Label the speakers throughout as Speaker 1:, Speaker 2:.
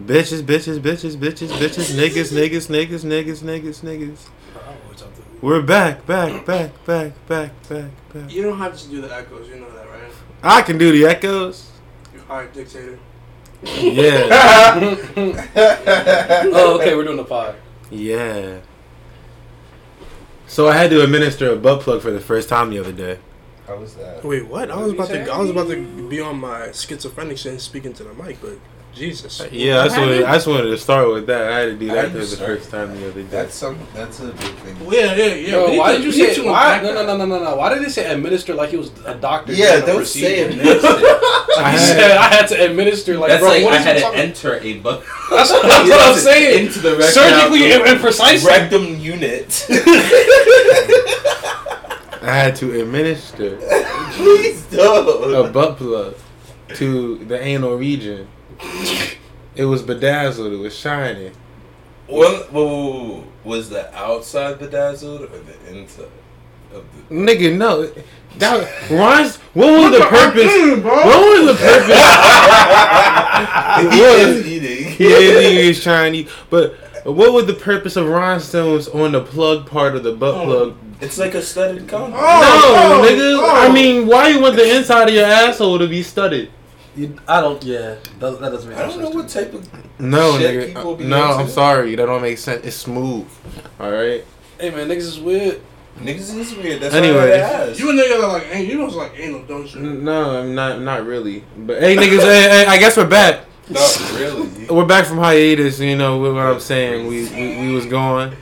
Speaker 1: Bitches, bitches, bitches, bitches, bitches, niggas, niggas, niggas, niggas, niggas, niggas.
Speaker 2: I always have to-
Speaker 1: We're back, back, back, back, back, back, back.
Speaker 2: You don't have to do the echoes. You know that, right?
Speaker 1: I can do the echoes.
Speaker 2: You're a hard dictator.
Speaker 1: Yeah,
Speaker 3: oh, okay, we're doing the pod.
Speaker 1: yeah. So I had to administer a butt plug for the first time the other day.
Speaker 4: How was that?
Speaker 2: Wait, what? I
Speaker 3: What
Speaker 2: was
Speaker 3: did
Speaker 2: about
Speaker 3: you
Speaker 2: to.
Speaker 3: say?
Speaker 2: I was about to be on my schizophrenic shit and speaking to the mic, but Jesus.
Speaker 1: Yeah, I just, wanted, I just wanted to start with that. I had to do
Speaker 4: How
Speaker 1: that
Speaker 4: you
Speaker 1: for the
Speaker 4: start
Speaker 1: first time the other day.
Speaker 4: That's some. That's a big thing.
Speaker 2: Yeah, yeah, yeah.
Speaker 3: Yo,
Speaker 2: We need
Speaker 3: why
Speaker 2: to-
Speaker 3: did you
Speaker 2: we need
Speaker 3: say
Speaker 2: to
Speaker 3: why?
Speaker 2: unpack
Speaker 3: No, no,
Speaker 2: that.
Speaker 3: no, no, no, no. Why did they say administer like it was a doctor?
Speaker 4: Yeah,
Speaker 3: doing a
Speaker 4: don't
Speaker 3: procedure?
Speaker 4: say it.
Speaker 1: I
Speaker 3: He
Speaker 1: had-
Speaker 3: said I had to administer like
Speaker 4: That's
Speaker 3: bro,
Speaker 4: like
Speaker 3: what
Speaker 4: I
Speaker 3: is he
Speaker 4: had to
Speaker 3: talking-
Speaker 4: enter a butt.
Speaker 3: That's what that's what I'm saying.
Speaker 4: Into the rectum.
Speaker 3: Surgically and, and precisely.
Speaker 4: rectum unit.
Speaker 1: I had to administer
Speaker 4: Please
Speaker 1: a
Speaker 4: don't.
Speaker 1: butt plug to the anal region. It was bedazzled. It was shining.
Speaker 4: Well, whoa, whoa, whoa, whoa. was the outside bedazzled or the inside of the?
Speaker 1: Nigga, no. That Ron's. What was the purpose? What was the purpose?
Speaker 4: he
Speaker 1: was.
Speaker 4: is eating.
Speaker 1: yeah, nigga is shiny. But what was the purpose of rhinestones on the plug part of the butt plug?
Speaker 4: It's like a studded cone.
Speaker 1: no,
Speaker 2: oh,
Speaker 1: nigga. I mean, why you want the inside of your asshole to be studded?
Speaker 3: You- I don't. Yeah, that, that doesn't make
Speaker 4: I don't know what type of.
Speaker 1: No,
Speaker 4: Shit, people
Speaker 1: nigga.
Speaker 4: be
Speaker 1: No,
Speaker 4: into
Speaker 1: I'm
Speaker 4: it. sorry.
Speaker 1: sorry. That don't make sense. It's smooth. All right.
Speaker 3: Hey man, niggas is weird.
Speaker 4: Niggas is weird. That's
Speaker 1: Anyway.
Speaker 4: why I
Speaker 2: You
Speaker 4: had to ask.
Speaker 2: and niggas are like, hey, you know, it's like anal, don't you?
Speaker 3: Mm-hmm.
Speaker 1: No, I'm not. Not really. But hey, niggas. hey, hey, I guess we're back.
Speaker 4: Not really.
Speaker 1: We're back from hiatus. You know what I'm saying. We we, we was gone.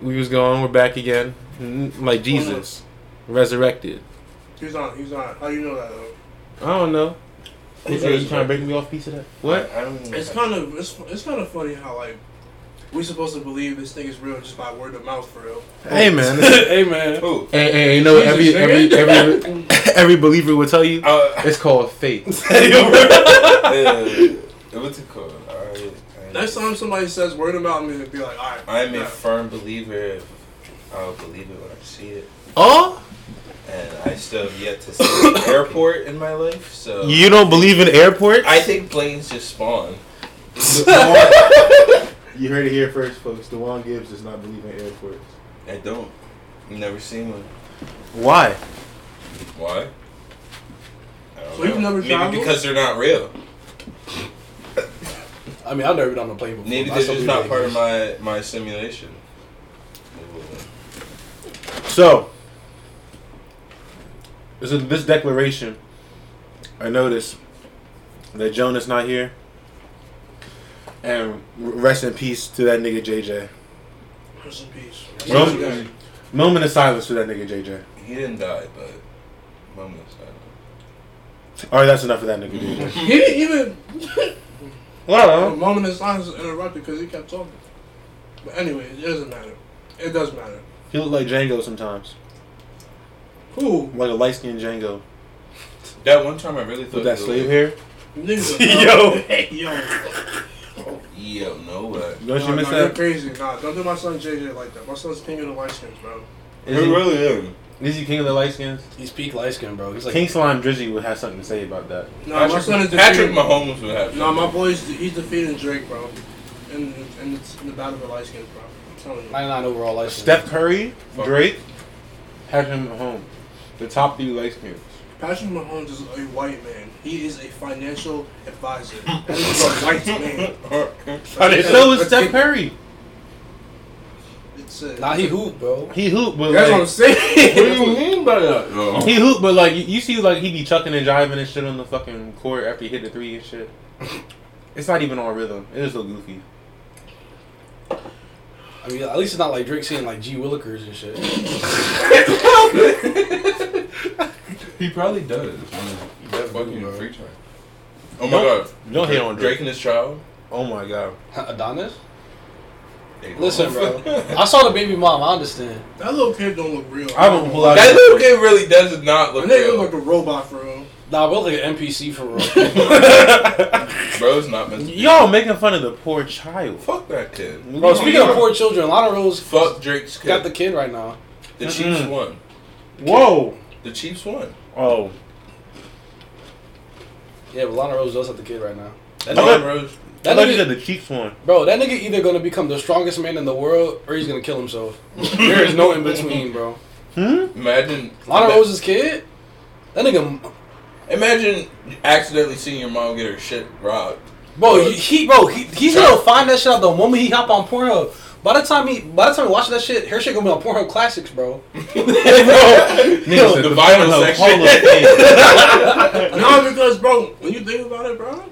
Speaker 1: We was gone. We're back again. Mm, Like Jesus, resurrected.
Speaker 2: He's on. He's on. How you know that though?
Speaker 1: I don't know.
Speaker 4: You said you trying to
Speaker 1: break me off piece of that?
Speaker 4: What?
Speaker 1: What?
Speaker 4: I don't.
Speaker 2: It's kind of. It's it's kind of funny how like we supposed to believe this thing is real just by word of mouth for real.
Speaker 1: Hey man. hey,
Speaker 3: hey man.
Speaker 4: Who?
Speaker 1: hey, hey, you know what every
Speaker 3: Jesus,
Speaker 1: every
Speaker 3: nigga.
Speaker 1: every every believer will tell you
Speaker 4: Uh,
Speaker 1: it's called faith.
Speaker 4: uh, what's it called? I,
Speaker 2: Next time somebody says word of mouth, I'm gonna be like, all right.
Speaker 4: I'm a
Speaker 2: yeah.
Speaker 4: firm believer. If I'll believe it when I see it,
Speaker 1: Oh,
Speaker 4: and I still have yet to see an airport in my life. So
Speaker 1: you don't believe in airports?
Speaker 4: I think planes just spawn.
Speaker 1: you heard it here first, folks. Dewan Gibbs does not believe in airports.
Speaker 4: I don't. Never seen one.
Speaker 1: Why?
Speaker 4: Why? I don't
Speaker 2: So you've
Speaker 4: know.
Speaker 2: never
Speaker 4: Maybe
Speaker 2: traveled?
Speaker 4: because they're not real.
Speaker 3: I mean, I've never been on a plane before.
Speaker 4: Maybe
Speaker 3: but I
Speaker 4: they're
Speaker 3: still believe
Speaker 4: just not
Speaker 3: in
Speaker 4: part of
Speaker 3: niggas.
Speaker 4: my my simulation.
Speaker 1: So, this is this declaration. I noticed that Jonah's not here, and rest in peace to that nigga JJ.
Speaker 2: Rest in peace.
Speaker 1: Well,
Speaker 2: Jesus, guys.
Speaker 1: Moment of silence for that nigga JJ.
Speaker 4: He didn't die, but moment of silence.
Speaker 1: All right, that's enough of that nigga JJ.
Speaker 2: He didn't even. A
Speaker 1: Well,
Speaker 2: moment of silence was interrupted because he kept talking. But anyway, it doesn't matter. It does matter.
Speaker 1: he looked like Django sometimes,
Speaker 2: Who?
Speaker 1: like a light skinned Django
Speaker 4: That one time I really thought
Speaker 1: with that
Speaker 4: he
Speaker 1: slave
Speaker 4: was-
Speaker 1: hair.
Speaker 2: Niggas.
Speaker 1: Yo.
Speaker 2: Hey, yo.
Speaker 4: Yo, no way.
Speaker 1: Don't
Speaker 2: Nah,
Speaker 1: you miss
Speaker 2: nah, you're
Speaker 1: that?
Speaker 2: crazy. Nah, don't do my son JJ like that. My son's king of the white skins, bro.
Speaker 1: Is he,
Speaker 4: really is.
Speaker 1: is he king of the light skins?
Speaker 3: He's peak light skin, bro. He's like
Speaker 1: King Slime Drizzy would have something to say about that.
Speaker 2: Nah, my son is
Speaker 4: Patrick, Patrick
Speaker 2: defeating.
Speaker 4: Mahomes would have.
Speaker 2: Nah, my boy's he's defeating Drake, bro. And and it's in the battle of the light skins, bro. I'm telling you.
Speaker 3: 99 overall light skin.
Speaker 1: Steph Curry,
Speaker 4: Fuck.
Speaker 1: Drake, have him at home. The top three light skins.
Speaker 2: Patrick Mahomes is a white man. He is a financial advisor. This is a white man.
Speaker 1: So is Steph Curry.
Speaker 2: It's a,
Speaker 3: Nah, he hoop, bro.
Speaker 1: He hoop, but
Speaker 2: That's what I'm
Speaker 1: like,
Speaker 2: saying.
Speaker 4: you mean by that?
Speaker 1: he hoop, but like you, you see, like he be chucking and jiving and shit on the fucking court after he hit the three and shit. It's not even on rhythm. It is so goofy.
Speaker 3: I mean, at least it's not like Drake seeing like G Willikers and shit.
Speaker 4: He probably does. That
Speaker 3: bro.
Speaker 4: fucking free time. Oh my
Speaker 1: Don't-
Speaker 4: god.
Speaker 1: don't hit on Drake.
Speaker 4: Drake and his child.
Speaker 1: Oh my god.
Speaker 3: Adonis?
Speaker 4: They
Speaker 3: Listen, bro.
Speaker 4: both-
Speaker 3: I saw the baby mom. I understand.
Speaker 2: that little kid don't look real.
Speaker 1: I wouldn't pull out-
Speaker 4: that little kid really does not
Speaker 2: That
Speaker 4: look
Speaker 2: nigga look like
Speaker 4: real.
Speaker 2: a robot for real.
Speaker 3: Nah, we're like an NPC for real.
Speaker 4: Bro's not meant to be.
Speaker 1: Y'all making fun of the poor child.
Speaker 4: Fuck that kid.
Speaker 3: bro, speaking of poor children, Lana Rose
Speaker 4: Fuck Drake's kid.
Speaker 3: got the kid right now.
Speaker 4: The Chiefs
Speaker 1: Mm-mm.
Speaker 4: won.
Speaker 1: Whoa.
Speaker 4: The Chiefs won.
Speaker 1: Oh.
Speaker 3: Yeah, but Lana Rose does have the kid right now.
Speaker 4: That's
Speaker 1: Okay.
Speaker 4: Rose.
Speaker 1: I
Speaker 3: That
Speaker 1: thought you
Speaker 3: nigga,
Speaker 1: said the cheeks one.
Speaker 3: bro, that nigga either gonna become the strongest man in the world or he's gonna kill himself. there is no in between, bro.
Speaker 1: Hmm?
Speaker 4: Imagine
Speaker 3: Lana
Speaker 4: ima-
Speaker 3: Rose's kid? That nigga,
Speaker 4: Imagine accidentally seeing your mom get her shit robbed.
Speaker 3: bro, he, he bro, he, he's gonna find that shit out the moment he hop on Pornhub. By the time he, by the time he watches that shit, her shit gonna be on Pornhub Classics, bro.
Speaker 1: Nigga
Speaker 4: the
Speaker 1: said
Speaker 4: vinyl
Speaker 1: Pornhub
Speaker 4: section.
Speaker 1: Hall of Fame.
Speaker 2: no, because bro, when you think about it, bro,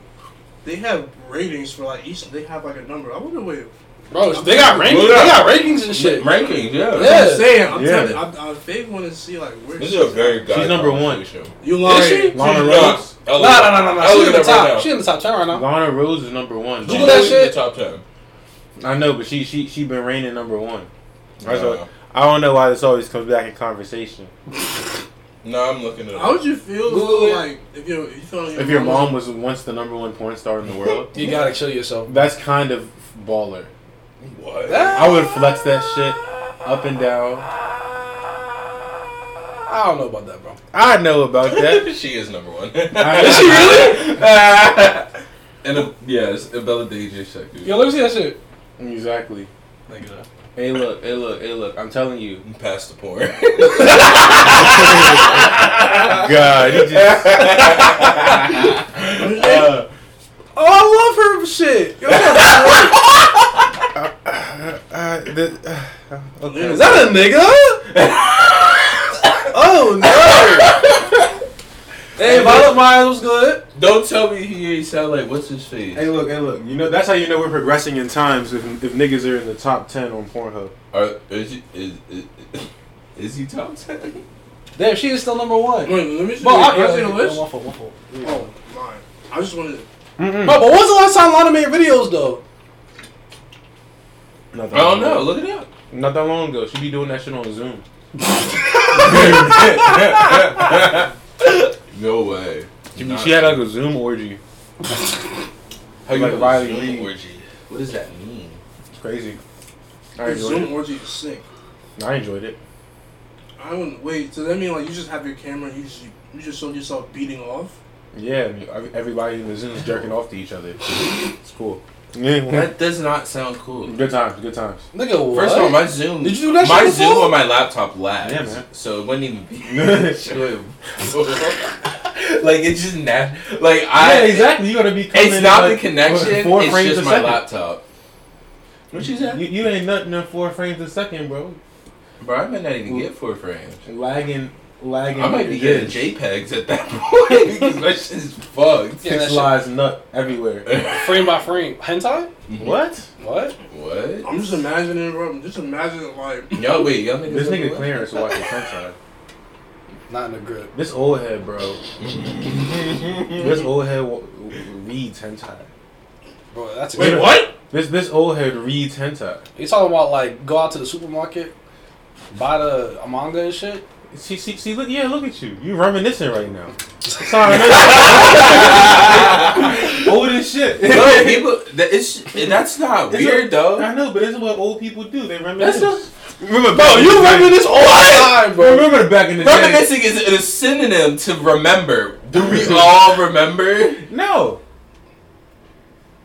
Speaker 2: they have ratings for like each. They have like a number. I wonder what.
Speaker 3: Bro, they got rankings, they
Speaker 4: Look it up.
Speaker 3: got rankings and shit.
Speaker 4: Rankings, yeah.
Speaker 3: Yeah.
Speaker 2: I'm saying, I'm
Speaker 1: Yeah.
Speaker 2: telling you, I, I big want to see like where.
Speaker 4: This is a very good.
Speaker 1: She's number one.
Speaker 2: You
Speaker 3: Is she?
Speaker 2: lying?
Speaker 1: Lana
Speaker 4: No,
Speaker 1: Rose.
Speaker 4: no,
Speaker 3: Nah, nah, nah, nah, nah. She's in the top. She's in the top ten right now.
Speaker 1: Lana Rose is number one.
Speaker 3: Google that shit.
Speaker 4: Top ten.
Speaker 1: I know, but she she she been reigning number one. That's
Speaker 4: Nah.
Speaker 1: what- I don't know why this always comes back in conversation.
Speaker 4: No, I'm looking at.
Speaker 2: How would you feel
Speaker 3: Google it.
Speaker 2: like if you if you felt like
Speaker 1: If your mom was once the number one porn star in the world,
Speaker 3: You gotta kill yourself.
Speaker 1: that's kind of baller.
Speaker 4: What?
Speaker 1: I would flex that shit up and down.
Speaker 3: I don't know about that, bro.
Speaker 1: I know about that.
Speaker 4: she is number one.
Speaker 1: Is she
Speaker 4: really? and uh, a, yes, a Bella DJ second.
Speaker 3: Yo, let me see that shit.
Speaker 1: exactly.
Speaker 3: Thank you.
Speaker 1: Hey look, hey look, hey look. I'm telling you.
Speaker 4: Past the porn.
Speaker 1: God, he just
Speaker 4: Uh,
Speaker 3: Oh, I love her shit. Yo,
Speaker 1: uh, the, uh, okay.
Speaker 3: is that a nigga? oh no. hey, Violet Myers was good.
Speaker 4: don't tell me he ain't sound like what's his face.
Speaker 1: Hey look, hey look. You know that's how you know we're progressing in times if, if niggas are in the top ten on Pornhub.
Speaker 4: Are, is, he, is, is, is he top ten?
Speaker 3: Damn, she is still number one.
Speaker 2: Wait, let me see.
Speaker 3: Bro, I,
Speaker 2: can I see
Speaker 3: yeah,
Speaker 2: the
Speaker 3: yeah,
Speaker 2: list?
Speaker 3: one fault, one fault.
Speaker 2: Oh, mine. I just wanted.
Speaker 1: Mm-mm.
Speaker 3: Bro, but when's the last time Lana made videos though?
Speaker 1: Not that
Speaker 4: I don't
Speaker 1: long
Speaker 4: know.
Speaker 1: ago.
Speaker 4: Look it up.
Speaker 1: Not that long ago. She be doing that shit on Zoom.
Speaker 4: no way.
Speaker 1: She,
Speaker 4: Not-
Speaker 1: she had like a Zoom orgy.
Speaker 4: How you
Speaker 1: like
Speaker 4: have a
Speaker 1: Riley
Speaker 4: Zoom
Speaker 1: Reid.
Speaker 4: orgy? What does that mean?
Speaker 1: It's crazy. I
Speaker 2: Your Zoom
Speaker 1: enjoyed
Speaker 2: orgy is sick.
Speaker 1: it. I enjoyed it.
Speaker 2: I wouldn't wait. So that mean like you just have your camera and you just you just showed yourself beating off?
Speaker 1: Yeah, I mean, ev- everybody in the Zoom is jerking off to each other. It's cool. Yeah,
Speaker 4: That does not sound cool.
Speaker 1: good times, good times.
Speaker 3: Nigga, what?
Speaker 4: First of all, my Zoom.
Speaker 3: Did you do that
Speaker 4: My
Speaker 3: shit
Speaker 4: Zoom
Speaker 3: before?
Speaker 4: on my laptop lags,
Speaker 1: Yeah, man.
Speaker 4: so it wouldn't even be. like it's just nat. Like I.
Speaker 1: You gotta be.
Speaker 4: It's not the connection. it's just my
Speaker 1: second.
Speaker 4: laptop. What you said?
Speaker 1: You, you ain't nothing in four frames a second, bro.
Speaker 4: Bro, I might not even get four frames.
Speaker 1: Lagging, lagging.
Speaker 4: I might be getting
Speaker 1: bitch.
Speaker 4: JPEGs at that point because my shit is fucked.
Speaker 3: Yeah, that
Speaker 1: Six
Speaker 3: shit-
Speaker 1: lies nut everywhere.
Speaker 3: frame by frame hentai.
Speaker 1: what?
Speaker 3: What?
Speaker 4: What?
Speaker 2: I'm just imagining, bro. I'm just imagining like
Speaker 4: Yo, wait, y'all niggas.
Speaker 1: This
Speaker 4: looking
Speaker 1: nigga
Speaker 4: what?
Speaker 1: Clarence will watch the sunshine.
Speaker 3: Not in the grip.
Speaker 1: This old head, bro. this old head wa- reads hentai.
Speaker 3: Bro, that's a
Speaker 1: Wait,
Speaker 3: good-
Speaker 1: what? This this old head reads hentai.
Speaker 3: You talking about like go out to the supermarket, buy the a manga and shit?
Speaker 1: See, see, see, look, yeah, look at you. You reminiscing right now. Sorry, man. old as shit.
Speaker 4: No, people. That, it's, that's not
Speaker 1: It's
Speaker 4: weird
Speaker 1: a-
Speaker 4: though.
Speaker 1: I know, but this is what old people do. They reminisce.
Speaker 4: That's
Speaker 1: remember,
Speaker 4: Bro, you reminisce all the time, bro.
Speaker 1: Remember back in the day.
Speaker 4: Reminiscing is a synonym to remember. Do we all remember?
Speaker 1: No,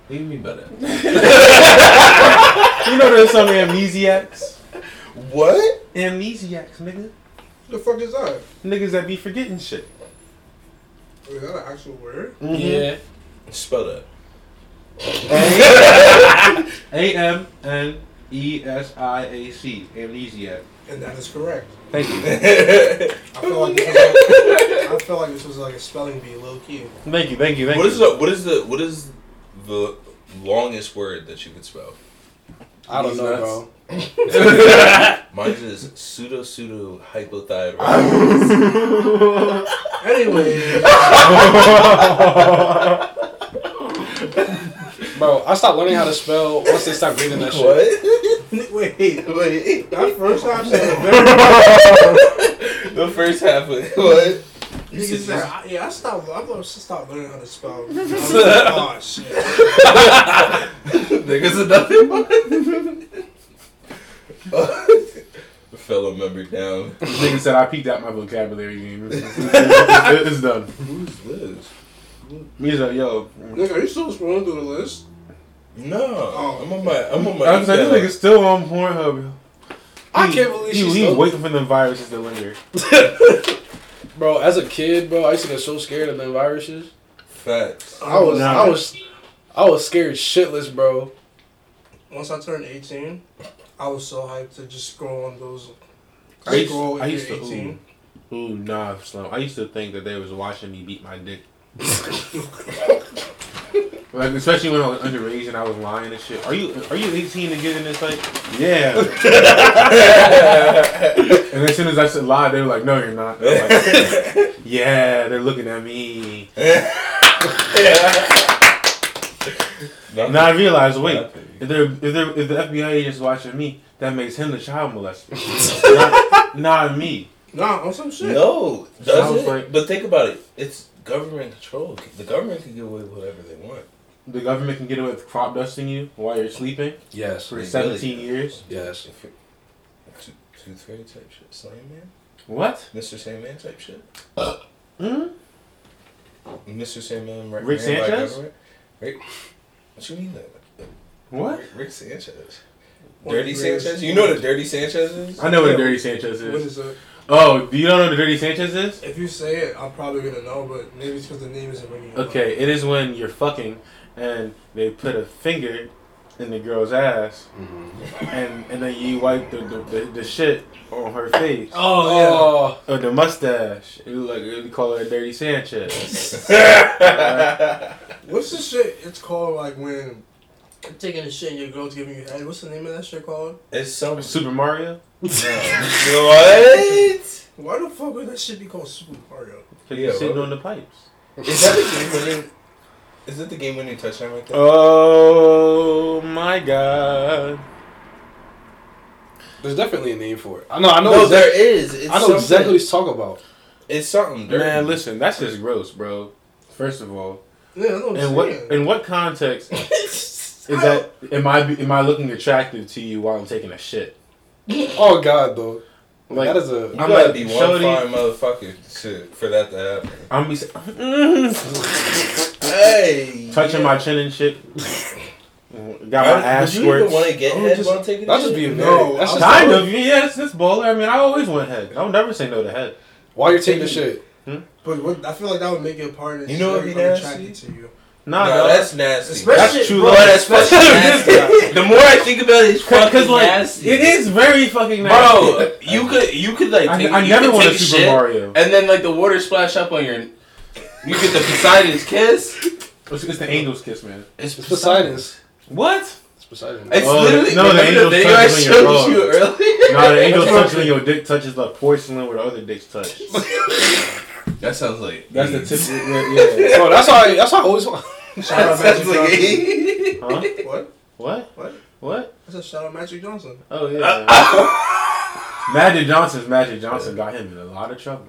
Speaker 4: Leave me better.
Speaker 1: you know there's some amnesiacs.
Speaker 4: What?
Speaker 1: Amnesiacs, nigga.
Speaker 2: the fuck is that?
Speaker 1: Niggas that be forgetting shit.
Speaker 2: Is that an actual word?
Speaker 4: Mm-hmm.
Speaker 3: Yeah.
Speaker 4: Spell that.
Speaker 1: A M N E S I A C. Amnesiac.
Speaker 2: And that is correct.
Speaker 1: Thank you.
Speaker 4: what
Speaker 2: I feel like this was like, I feel like this was like a spelling bee, low key.
Speaker 1: Thank you. Thank you. Thank you.
Speaker 4: is the what is the what is the longest word that you could spell?
Speaker 3: I don't
Speaker 4: These
Speaker 3: know,
Speaker 4: nuts.
Speaker 3: bro.
Speaker 4: Mine is pseudo pseudo hypothyroid.
Speaker 2: Anyway,
Speaker 3: Bro, I stopped learning how to spell once they stopped reading that shit.
Speaker 2: wait,
Speaker 4: Wait.
Speaker 2: that first time said a very
Speaker 4: The first half of what?
Speaker 2: Nigga
Speaker 4: This is
Speaker 2: said, I- yeah, I stopped. I'm gonna stop learning how to spell. I'm like, oh shit!
Speaker 4: Niggas another one. Fellow member down.
Speaker 1: Nigga said I peaked out my vocabulary game. It's, it's done.
Speaker 4: Who's this?
Speaker 1: He's like, yo,
Speaker 2: Nigga, are you still scrolling through the list?
Speaker 4: No, I'm on my. I'm on my.
Speaker 1: I'm saying this
Speaker 4: email.
Speaker 1: nigga's still on Pornhub.
Speaker 3: I
Speaker 1: He-
Speaker 3: can't believe
Speaker 1: he,
Speaker 3: she's
Speaker 1: he
Speaker 3: still-
Speaker 1: waiting for them viruses to linger.
Speaker 3: Bro, as a kid, bro, I used to get so scared of them viruses.
Speaker 4: Facts.
Speaker 2: I was.
Speaker 1: Nah.
Speaker 2: I was.
Speaker 3: I was scared shitless, bro.
Speaker 2: Once I turned 18, I was so hyped to just scroll on those.
Speaker 1: I used,
Speaker 2: Scroll
Speaker 1: I used to
Speaker 2: if you're 18.
Speaker 1: ooh, ooh nah slum. I used to think that they was watching me beat my dick. like especially when I was underage and I was lying and shit. Are you are you 18 to get in this fight? Yeah.
Speaker 4: Oh
Speaker 1: and as soon as I said lie, they were like, "No, you're not." And I was like, yeah, they're looking at me.
Speaker 4: Nothing.
Speaker 1: Now I realize, wait,
Speaker 4: Nothing.
Speaker 1: if they're if they're if the FBI agent's watching me, that makes him the child molester, not, not me.
Speaker 2: Nah, on some shit.
Speaker 4: No, does
Speaker 1: Sounds
Speaker 4: it?
Speaker 1: like-
Speaker 4: but think about it. It's government control. The government can get away with whatever they want.
Speaker 1: The government can get away with crop dusting you while you're sleeping
Speaker 3: Yes.
Speaker 1: for
Speaker 4: They
Speaker 1: 17
Speaker 4: really-
Speaker 1: years.
Speaker 3: Yes.
Speaker 4: If it- two- two, three type shit. Same man.
Speaker 1: What?
Speaker 4: Mr. Same Man type shit.
Speaker 1: Hmm?
Speaker 4: Mr. Same Man. Right
Speaker 1: Rick
Speaker 4: man by
Speaker 1: Sanchez?
Speaker 4: government? Rick. What you mean that?
Speaker 1: What?
Speaker 4: Rick, Rick Sanchez.
Speaker 2: What
Speaker 4: Dirty
Speaker 2: is-
Speaker 4: Sanchez. You know what a Dirty Sanchez is?
Speaker 1: I know what a dirty Sanchez
Speaker 2: What
Speaker 1: is.
Speaker 2: is it?
Speaker 1: Oh, do you don't know what a dirty Sanchez is?
Speaker 2: If you say it, I'm probably gonna know, but maybe it's because the name isn't ringing. a
Speaker 1: Okay, it is when you're fucking and they put a finger in the girl's ass
Speaker 3: Mm-hmm.
Speaker 1: and, and then you wipe the, the, the, the shit on her face.
Speaker 3: Oh,
Speaker 1: Or the mustache. It was like we call it a dirty Sanchez.
Speaker 2: bell. Uh, What's the shit? It's called like when you're taking a shit and your girl's giving you head. What's the name of that shit called?
Speaker 4: It's some.
Speaker 1: Super Mario?
Speaker 4: what?
Speaker 2: Why the fuck would that shit be called Super Mario?
Speaker 1: Because
Speaker 4: Yeah,
Speaker 1: you're sitting
Speaker 4: bro.
Speaker 1: on the pipes.
Speaker 4: Is that the game winning? Is that the game winning touchdown right there?
Speaker 1: Uh, Oh my god.
Speaker 3: there's definitely a name for it. I know. I know.
Speaker 4: no,
Speaker 3: exact-
Speaker 4: there is. It's
Speaker 3: I know exactly
Speaker 4: something-
Speaker 3: what he's talking about.
Speaker 4: It's something dirty.
Speaker 1: Man, listen, that's just gross, bro. First of all.
Speaker 2: Yeah, I know
Speaker 1: In what in what context
Speaker 2: is
Speaker 1: Is that am I am I looking attractive to you while I'm taking a shit?
Speaker 3: Oh God, though.
Speaker 1: Like
Speaker 3: that is a.
Speaker 4: You
Speaker 1: I'm
Speaker 4: gotta
Speaker 1: like,
Speaker 4: be one
Speaker 1: shorty-
Speaker 4: fine motherfucker to, for that to happen.
Speaker 1: I'm be s- mm,
Speaker 4: Hey,
Speaker 1: touching my chin and shit. Got my ass
Speaker 4: Would you even
Speaker 1: squirts.
Speaker 4: want to get
Speaker 2: Oh,
Speaker 4: head
Speaker 2: just-
Speaker 4: while I'm taking
Speaker 3: That's
Speaker 4: a
Speaker 3: just
Speaker 4: shit?
Speaker 3: being
Speaker 2: No,
Speaker 3: no. That's just
Speaker 1: Kind of, yeah. It's this bowler. I mean, I always want head. I'll never say no to head.
Speaker 3: While you're taking the shit,
Speaker 2: But what, I feel like that would make it a part of
Speaker 4: You know what
Speaker 2: straight
Speaker 4: be nasty?
Speaker 2: unattracted to you.
Speaker 1: Nah,
Speaker 4: no,
Speaker 1: no,
Speaker 4: that's nasty.
Speaker 2: Especially-
Speaker 1: that's true
Speaker 2: bro,
Speaker 1: love.
Speaker 4: Bro, that's fucking nasty. the more I think about it, it's
Speaker 1: Because
Speaker 4: fucking
Speaker 1: like
Speaker 4: nasty.
Speaker 1: it is very fucking nasty.
Speaker 4: bro. You could, you could like.
Speaker 1: I,
Speaker 4: Take,
Speaker 1: I
Speaker 4: you
Speaker 1: never
Speaker 4: could
Speaker 1: want a
Speaker 4: take
Speaker 1: Super
Speaker 4: shit,
Speaker 1: Mario.
Speaker 4: And then like the water splash up on your. You get the Poseidon's kiss.
Speaker 1: It's, it's the angel's kiss, man.
Speaker 4: It's
Speaker 3: it's Poseidon's.
Speaker 1: What?
Speaker 3: It's Poseidon's.
Speaker 4: It's
Speaker 1: Oh,
Speaker 4: literally
Speaker 1: no, the
Speaker 4: remember
Speaker 1: angel
Speaker 4: video I
Speaker 1: touches on your
Speaker 4: showed
Speaker 1: phone.
Speaker 4: you earlier.
Speaker 1: Nah, the angel's touch when your dick touches the porcelain where the other dicks touch.
Speaker 4: That sounds like
Speaker 1: That's the tip. Yeah.
Speaker 3: Bro, that's how. I, that's how I always. want-
Speaker 2: Shout out Magic Johnson.
Speaker 1: yeah. Huh?
Speaker 2: What?
Speaker 1: What?
Speaker 2: What?
Speaker 1: What?
Speaker 2: I said shout out Magic Johnson.
Speaker 1: Oh yeah. Magic Johnson's Magic Johnson got him in a lot of trouble.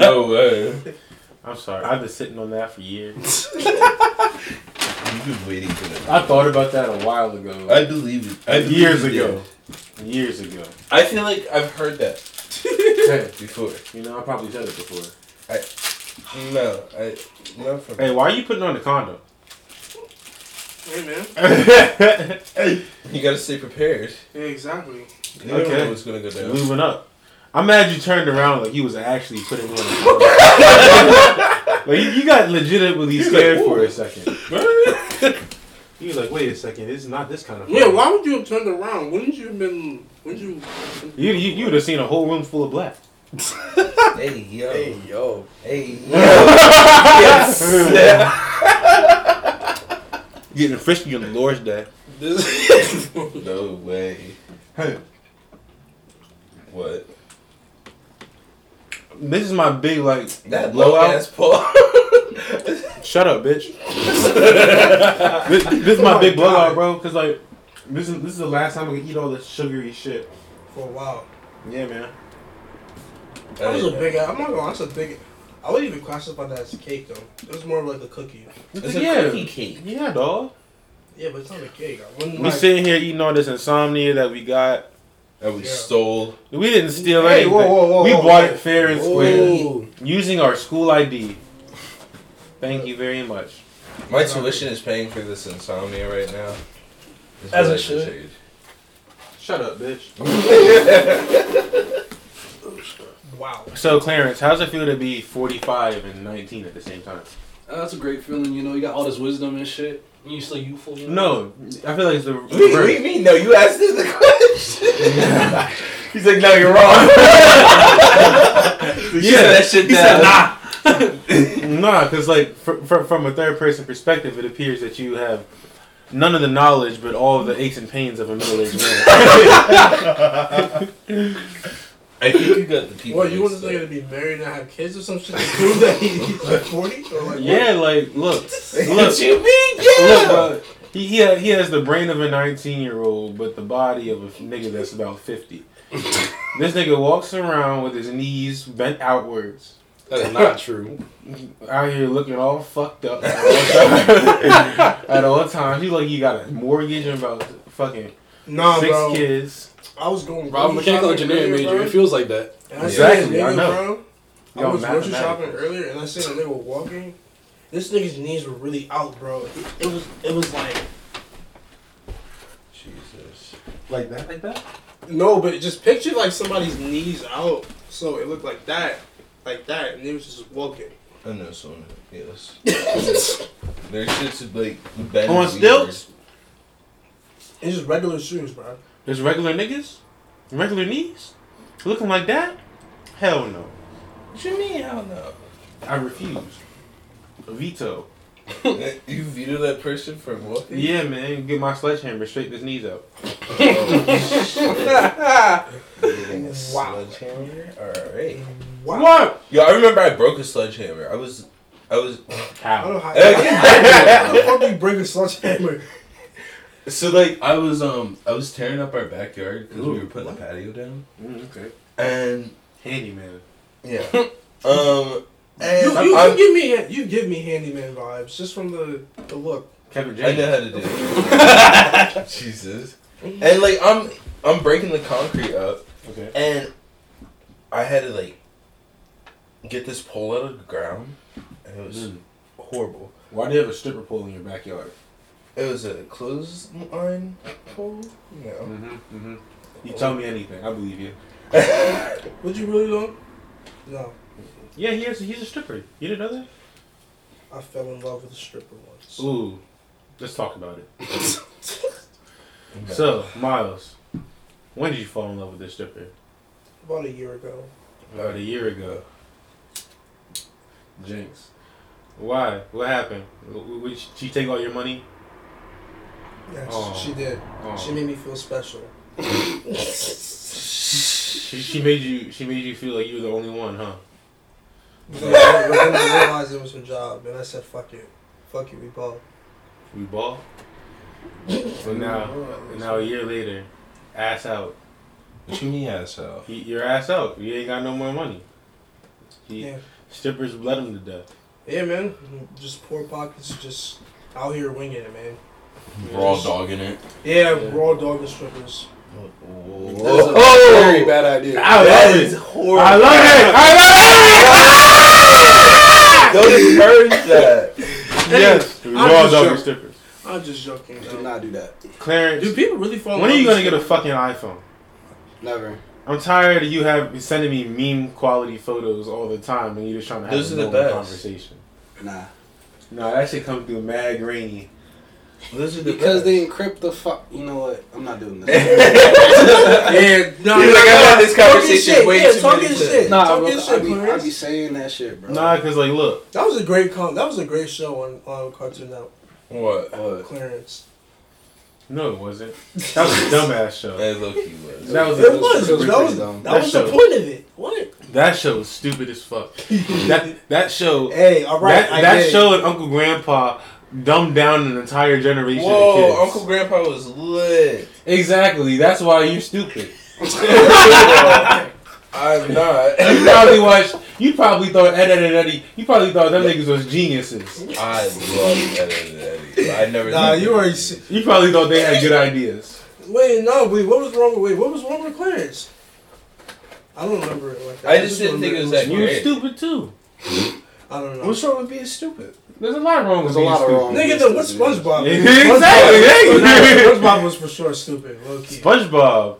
Speaker 4: no way.
Speaker 1: eh? I'm sorry. I've been sitting on that for years.
Speaker 4: You've been waiting for that.
Speaker 1: I thought about that a while ago.
Speaker 4: I believe it. I believe
Speaker 1: years
Speaker 4: you did.
Speaker 1: ago. Years ago.
Speaker 4: I feel like I've heard that
Speaker 1: Hey,
Speaker 4: before.
Speaker 1: you know, I probably said it before.
Speaker 4: No, I not from.
Speaker 1: Hey, why are you putting on the condom?
Speaker 2: Hey man.
Speaker 4: You gotta stay prepared.
Speaker 2: Yeah, exactly.
Speaker 4: You never
Speaker 1: Okay.
Speaker 4: know what's gonna go down.
Speaker 1: Moving up. I'm mad you turned around like you was actually putting on the condom. like you, you got legitimately
Speaker 4: He's
Speaker 1: scared
Speaker 4: like,
Speaker 1: for
Speaker 4: "Ooh."
Speaker 1: a second. You was like, wait a second, it's not this kind of.
Speaker 2: Yeah,
Speaker 1: condom."
Speaker 2: why would you have turned around? Wouldn't you have been? Wouldn't you?
Speaker 1: You you you would have seen a whole room full of black.
Speaker 4: hey yo,
Speaker 3: Hey yo.
Speaker 4: hey yo. yes.
Speaker 1: Getting frisky on the Lord's Day.
Speaker 3: This.
Speaker 4: no way.
Speaker 1: Hey.
Speaker 4: What?
Speaker 1: This is my big like
Speaker 4: That
Speaker 1: blowout.
Speaker 4: low ass pull.
Speaker 1: Shut up, bitch. this, this is my
Speaker 2: Oh my
Speaker 1: big blowout,
Speaker 2: God.
Speaker 1: bro. Cause like this is this is the last time I can eat all this sugary shit.
Speaker 2: For a while.
Speaker 1: Yeah, man.
Speaker 2: That was a big. I'm not gonna. lie, That's a big. I wouldn't even classify that as a cake though. It was more of like a cookie.
Speaker 4: It's a
Speaker 1: yeah.
Speaker 4: cookie cake.
Speaker 1: Yeah, dog.
Speaker 2: Yeah, but it's not a cake. I wouldn't
Speaker 1: We
Speaker 2: like.
Speaker 1: sitting here eating all this insomnia that we got.
Speaker 4: That we
Speaker 2: Yeah.
Speaker 4: stole.
Speaker 1: We didn't steal
Speaker 2: Hey,
Speaker 1: anything.
Speaker 2: whoa, whoa, whoa,
Speaker 1: we
Speaker 2: whoa,
Speaker 1: bought
Speaker 2: whoa.
Speaker 1: it fair and square
Speaker 3: Ooh.
Speaker 1: using our school ID. Thank you very much.
Speaker 4: My tuition is paying for this insomnia right now. It's
Speaker 3: As it
Speaker 4: relationship.
Speaker 3: should.
Speaker 1: Shut up, bitch.
Speaker 3: Wow.
Speaker 1: So Clarence, how's it feel to be 45 and 19 at the same time?
Speaker 3: Oh, That's a great feeling, you know. You got all this wisdom and shit. You still youthful. You know?
Speaker 1: No, I feel like it's the
Speaker 4: Me, me,
Speaker 1: reverse.
Speaker 4: me, no, you asked him the question. He's like, no, you're wrong. yeah, that shit
Speaker 3: He said,
Speaker 4: down.
Speaker 3: nah.
Speaker 1: Nah, because like fr- fr- from a third person perspective, it appears that you have none of the knowledge, but all of the aches and pains of a middle aged man.
Speaker 4: I think you got the people.
Speaker 2: What, you want this nigga
Speaker 4: mixed
Speaker 2: to
Speaker 4: up.
Speaker 2: be married and have kids or some shit to prove that he's like 40? Or like,
Speaker 1: yeah, like look,
Speaker 4: What
Speaker 1: look,
Speaker 4: you mean?
Speaker 1: look.
Speaker 4: Yeah.
Speaker 1: Uh, he, he ha- he has the brain of a 19 year old, but the body of a f- nigga that's about 50. this nigga walks around with his knees bent outwards.
Speaker 3: That is not true.
Speaker 1: out here looking all fucked up at all times. at all times. He like he got a mortgage and about fucking
Speaker 2: Nah,
Speaker 1: six
Speaker 2: bro.
Speaker 1: kids.
Speaker 2: I was going
Speaker 3: Rob
Speaker 2: grocery
Speaker 3: mechanical
Speaker 2: shopping
Speaker 3: engineering
Speaker 2: earlier,
Speaker 3: major.
Speaker 2: bro,
Speaker 3: It feels like that.
Speaker 2: and I
Speaker 1: Exactly,
Speaker 2: seen a
Speaker 1: I
Speaker 2: nigga,
Speaker 1: know.
Speaker 2: Bro,
Speaker 1: Yo,
Speaker 2: I was grocery
Speaker 1: mathematics.
Speaker 2: shopping earlier and I seen a nigga walking. This nigga's knees were really out, bro. It, it was, it was like
Speaker 4: Jesus.
Speaker 5: Like that?
Speaker 3: Like that?
Speaker 2: no, but just picture like somebody's knees out, so it looked like that, like that, and they was just walking.
Speaker 4: I know someone. Yes. Their shit's like bent
Speaker 1: On
Speaker 4: weird.
Speaker 1: stilts?
Speaker 2: It's just regular shoes, bro.
Speaker 1: There's regular niggas, regular knees, looking like that. Hell no,
Speaker 4: What you mean? I don't know.
Speaker 1: I refuse. A veto.
Speaker 4: You veto that person from walking?
Speaker 1: Yeah, man, get my sledgehammer, straighten his knees out.
Speaker 4: Wow. Sledgehammer? Alright.
Speaker 1: What?
Speaker 4: Yo, I remember I broke a sledgehammer. I was. I was.
Speaker 2: I don't know
Speaker 1: How?
Speaker 2: how. How the fuck do you break a sledgehammer?
Speaker 4: so, like, I was, um, I was tearing up our backyard because we
Speaker 1: Ooh,
Speaker 4: were putting a patio down.
Speaker 1: Mm, okay.
Speaker 4: And.
Speaker 1: Handyman.
Speaker 4: Yeah. um. And
Speaker 2: You,
Speaker 4: I'm-
Speaker 2: you,
Speaker 4: I'm-
Speaker 2: you give me you give me handyman vibes just from the, the look.
Speaker 1: Kevin
Speaker 4: I know
Speaker 1: James.
Speaker 4: how to do it. Jesus. And, like, I'm. I'm breaking the concrete up.
Speaker 1: Okay.
Speaker 4: And I had to like get this pole out of the ground, and it was
Speaker 1: Mm.
Speaker 4: horrible.
Speaker 1: Why do you have a stripper pole in your backyard?
Speaker 4: It was a clothesline pole. You know.
Speaker 1: Mm-hmm. Mm-hmm. You tell me anything, I believe you.
Speaker 2: Would you really though? No,
Speaker 1: Yeah, he is, he's a stripper. You didn't know that?
Speaker 2: I fell in love with a stripper once.
Speaker 1: Ooh, let's talk about it. So, Miles, when did you fall in love with this stripper?
Speaker 2: About a year ago.
Speaker 1: About a year ago. Jinx. Why? What happened? W- w- Would she- she take all your money?
Speaker 2: Yes,
Speaker 1: Oh.
Speaker 2: she did.
Speaker 1: Oh.
Speaker 2: She made me feel special.
Speaker 1: She, she made you. She made you feel like you were the only one, huh?
Speaker 2: But then, I- but then I realized it was her job, and I said, "Fuck it, fuck it, we both."
Speaker 1: We ball. But now, now a year later, ass out.
Speaker 4: What you mean ass out?
Speaker 1: He, your ass out. You ain't got no more money. He,
Speaker 2: Yeah,
Speaker 1: Strippers bled him to death.
Speaker 2: yeah, man. Just poor pockets, just out here winging it, man.
Speaker 4: Raw dogging it.
Speaker 2: Yeah,
Speaker 1: Yeah.
Speaker 2: raw dog and strippers.
Speaker 3: That's a
Speaker 4: Whoa.
Speaker 5: Oh.
Speaker 3: very bad idea.
Speaker 1: I
Speaker 4: That
Speaker 1: love
Speaker 4: is
Speaker 1: it.
Speaker 4: horrible.
Speaker 1: I love it. I
Speaker 4: Don't encourage that.
Speaker 1: Yes,
Speaker 2: I'm
Speaker 1: raw dog
Speaker 2: just sure.
Speaker 1: and strippers.
Speaker 2: I'm just joking.
Speaker 5: Do
Speaker 2: Though.
Speaker 5: not do that.
Speaker 1: Clarence,
Speaker 2: Do people really fall? in
Speaker 1: when are
Speaker 2: love
Speaker 1: you
Speaker 2: with
Speaker 1: gonna get a fucking iPhone?
Speaker 5: Never.
Speaker 1: I'm tired of you have sending me meme quality photos all the time, and you just trying to have
Speaker 4: Those
Speaker 1: a
Speaker 4: are the
Speaker 1: normal
Speaker 4: best.
Speaker 1: conversation.
Speaker 5: Nah.
Speaker 1: No, that shit comes through mad grainy.
Speaker 4: Those are the
Speaker 5: Because
Speaker 4: best.
Speaker 5: they encrypt the fuck. You know what? I'm not doing this.
Speaker 2: Yeah, no,
Speaker 4: He's like, I've had this conversation
Speaker 2: shit,
Speaker 4: way
Speaker 2: yeah,
Speaker 4: too
Speaker 2: talking
Speaker 4: many
Speaker 2: shit.
Speaker 4: times.
Speaker 5: nah,
Speaker 2: Talking
Speaker 5: bro.
Speaker 2: shit,
Speaker 5: I be, I
Speaker 2: Clarence.
Speaker 5: be saying that shit, bro.
Speaker 1: Nah, cause like, look,
Speaker 2: That was a great con- That was a great show on on Cartoon Network.
Speaker 4: What?
Speaker 5: What?
Speaker 2: Clarence.
Speaker 1: no, it wasn't. That was a dumbass show.
Speaker 4: Hey, look, he was.
Speaker 1: That was
Speaker 2: It was.
Speaker 5: it was
Speaker 2: that was,
Speaker 5: pretty dumb.
Speaker 2: that was
Speaker 1: That
Speaker 2: the
Speaker 1: show-
Speaker 2: point of it. What?
Speaker 1: that show was stupid as fuck. That that show
Speaker 2: Hey, all right.
Speaker 1: that,
Speaker 2: I
Speaker 1: that
Speaker 2: get it.
Speaker 1: show and Uncle Grandpa dumbed down an entire generation of kids.
Speaker 4: Whoa, Uncle Grandpa was lit.
Speaker 1: exactly. That's why you're stupid.
Speaker 4: I'm not.
Speaker 1: You probably watched. You probably thought Ed, Ed, and Eddie. You probably thought them niggas was geniuses.
Speaker 4: I love Ed, Ed, and Eddie. I never.
Speaker 2: Nah,
Speaker 4: did.
Speaker 2: you already. See-
Speaker 1: You probably thought they had good ideas.
Speaker 2: wait, no, wait. What was wrong? with Wait, what was wrong with Clarence? I don't remember it like that.
Speaker 4: I just didn't
Speaker 2: remember
Speaker 4: think it was
Speaker 1: And you were stupid
Speaker 4: Great.
Speaker 1: too.
Speaker 2: I don't know.
Speaker 4: What's wrong with being stupid?
Speaker 1: There's a lot wrong with
Speaker 5: There's a lot of
Speaker 1: being
Speaker 5: wrong.
Speaker 2: Nigga, then what's SpongeBob?
Speaker 1: Yeah,
Speaker 2: SpongeBob-
Speaker 1: exactly, yeah.
Speaker 2: SpongeBob was for sure stupid. Low key.
Speaker 1: stupid. SpongeBob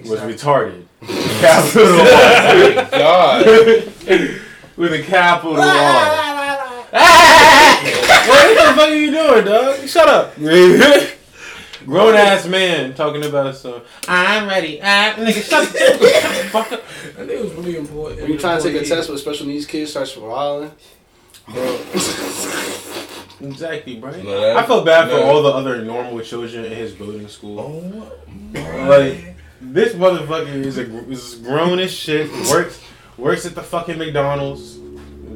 Speaker 1: was
Speaker 2: Exactly.
Speaker 1: retarded. Capital R.
Speaker 4: God.
Speaker 1: With a capital R. Ah! what the fuck are you doing, dog? Shut up. Grown ass man talking about some. I'm ready. Ah, nigga, shut the fuck up.
Speaker 2: That nigga was really important.
Speaker 5: When you trying to take a test with special needs kids, starts wilding.
Speaker 1: Exactly, Brian.
Speaker 4: No, that-
Speaker 1: I feel bad for
Speaker 4: no.
Speaker 1: all the other normal children in his building school.
Speaker 4: Oh,
Speaker 1: Like this motherfucker is a gr- is grown as shit. Works works at the fucking McDonald's.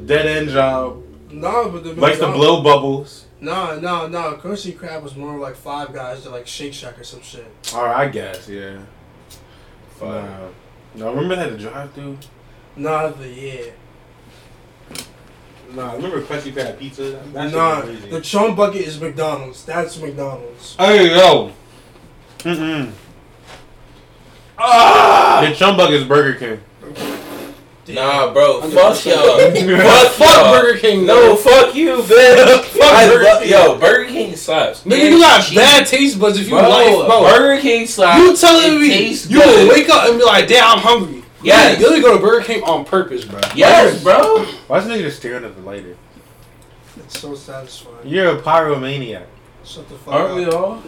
Speaker 1: Dead end job.
Speaker 2: Nah, but the
Speaker 1: Likes to blow bubbles.
Speaker 2: Nah, nah, nah. Currency Crab was more like Five Guys than like Shake Shack or some shit.
Speaker 1: Or I guess, yeah.
Speaker 4: Fire.
Speaker 1: Nah. No, remember they had to drive through.
Speaker 2: Nah, the yeah.
Speaker 1: Nah, remember Krusty Krab pizza? That shit
Speaker 2: nah,
Speaker 1: was crazy.
Speaker 2: the chum bucket is McDonald's. That's McDonald's.
Speaker 1: Hey yo. Mm-mm. Ah! The Chumbug is Burger King.
Speaker 4: Nah, bro. Fuck y'all.
Speaker 1: Fuck
Speaker 4: fuck y'all.
Speaker 3: Burger King.
Speaker 4: No, fuck you, bitch.
Speaker 3: Fuck
Speaker 4: I
Speaker 3: Burger
Speaker 4: lo-
Speaker 3: King.
Speaker 4: Yo, Burger King slaps.
Speaker 3: Nigga, you got bad taste buds if you
Speaker 4: Bro,
Speaker 3: like, bro.
Speaker 4: Burger King slaps.
Speaker 3: You telling
Speaker 4: It
Speaker 3: me
Speaker 4: tastes
Speaker 3: you
Speaker 4: good.
Speaker 3: will wake up and be like, damn, I'm hungry.
Speaker 4: Yes.
Speaker 3: You really go to Burger King on purpose, bro.
Speaker 4: Yes, bro.
Speaker 1: Why is this nigga just staring at the lighter?
Speaker 2: It's so satisfying.
Speaker 1: You're a pyromaniac.
Speaker 2: Shut the fuck
Speaker 4: Aren't we
Speaker 2: up.
Speaker 4: all?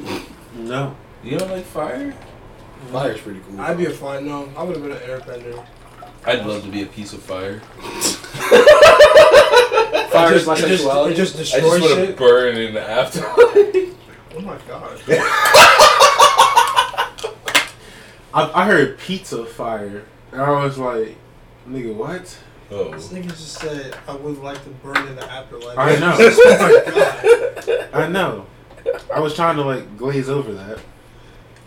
Speaker 1: No.
Speaker 4: You don't like fire?
Speaker 5: Fire's pretty cool.
Speaker 2: I'd be a fine. No, I would have been an airbender.
Speaker 4: I'd love to be a piece of fire.
Speaker 5: Fire is
Speaker 2: Just,
Speaker 5: my
Speaker 2: it, just,
Speaker 5: sexuality.
Speaker 2: it just
Speaker 4: I
Speaker 2: destroys
Speaker 4: just want to
Speaker 2: shit.
Speaker 4: burn in the afterlife.
Speaker 2: Oh my god.
Speaker 1: I, I heard pizza fire. And I was like, nigga, what?
Speaker 2: This
Speaker 4: oh.
Speaker 2: nigga just said I would like to burn in the afterlife.
Speaker 1: I know.
Speaker 2: oh my god.
Speaker 1: I know. I was trying to like glaze over that.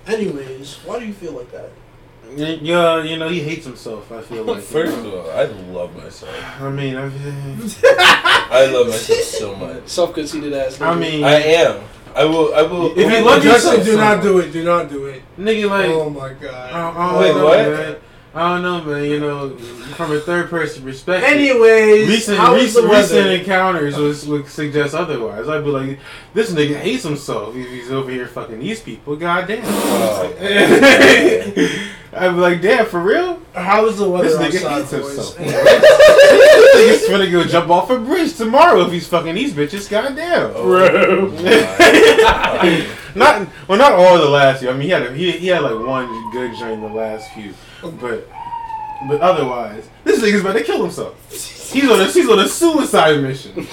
Speaker 2: Anyways, why do you feel like that?
Speaker 1: Y- Yeah, you know, he hates himself, I feel like.
Speaker 4: First of all, I love myself.
Speaker 1: I mean, I,
Speaker 4: I love myself so much.
Speaker 5: Self-conceited ass.
Speaker 1: I
Speaker 5: nigga.
Speaker 1: mean,
Speaker 4: I am. I will. I will.
Speaker 1: If you
Speaker 4: oh,
Speaker 1: love
Speaker 4: yes,
Speaker 1: yourself-
Speaker 4: I-
Speaker 2: do not do it. Do not do it.
Speaker 1: nigga, like,
Speaker 2: oh my
Speaker 1: I don't,
Speaker 2: god.
Speaker 1: I don't
Speaker 4: Wait,
Speaker 1: know,
Speaker 4: what?
Speaker 1: Man. I don't know, man. You know, from a third person perspective.
Speaker 2: Anyways,
Speaker 1: Recent,
Speaker 2: how was
Speaker 1: recent,
Speaker 2: the weather?
Speaker 1: recent encounters was, would suggest otherwise. I'd be like, this nigga hates himself if he's over here fucking these people. Goddamn.
Speaker 4: Oh.
Speaker 1: I'd be like, damn, for real?
Speaker 2: How was the weather
Speaker 1: This nigga hates
Speaker 2: outside,
Speaker 1: himself.
Speaker 2: boys?
Speaker 1: this nigga's finna go jump off a bridge tomorrow if he's fucking these bitches. Goddamn.
Speaker 2: Oh,
Speaker 1: not well, not all the last few. I mean, he had a, he, he had like one good during the last few, but but otherwise, this nigga's about to kill himself. He's on a he's on a suicide mission.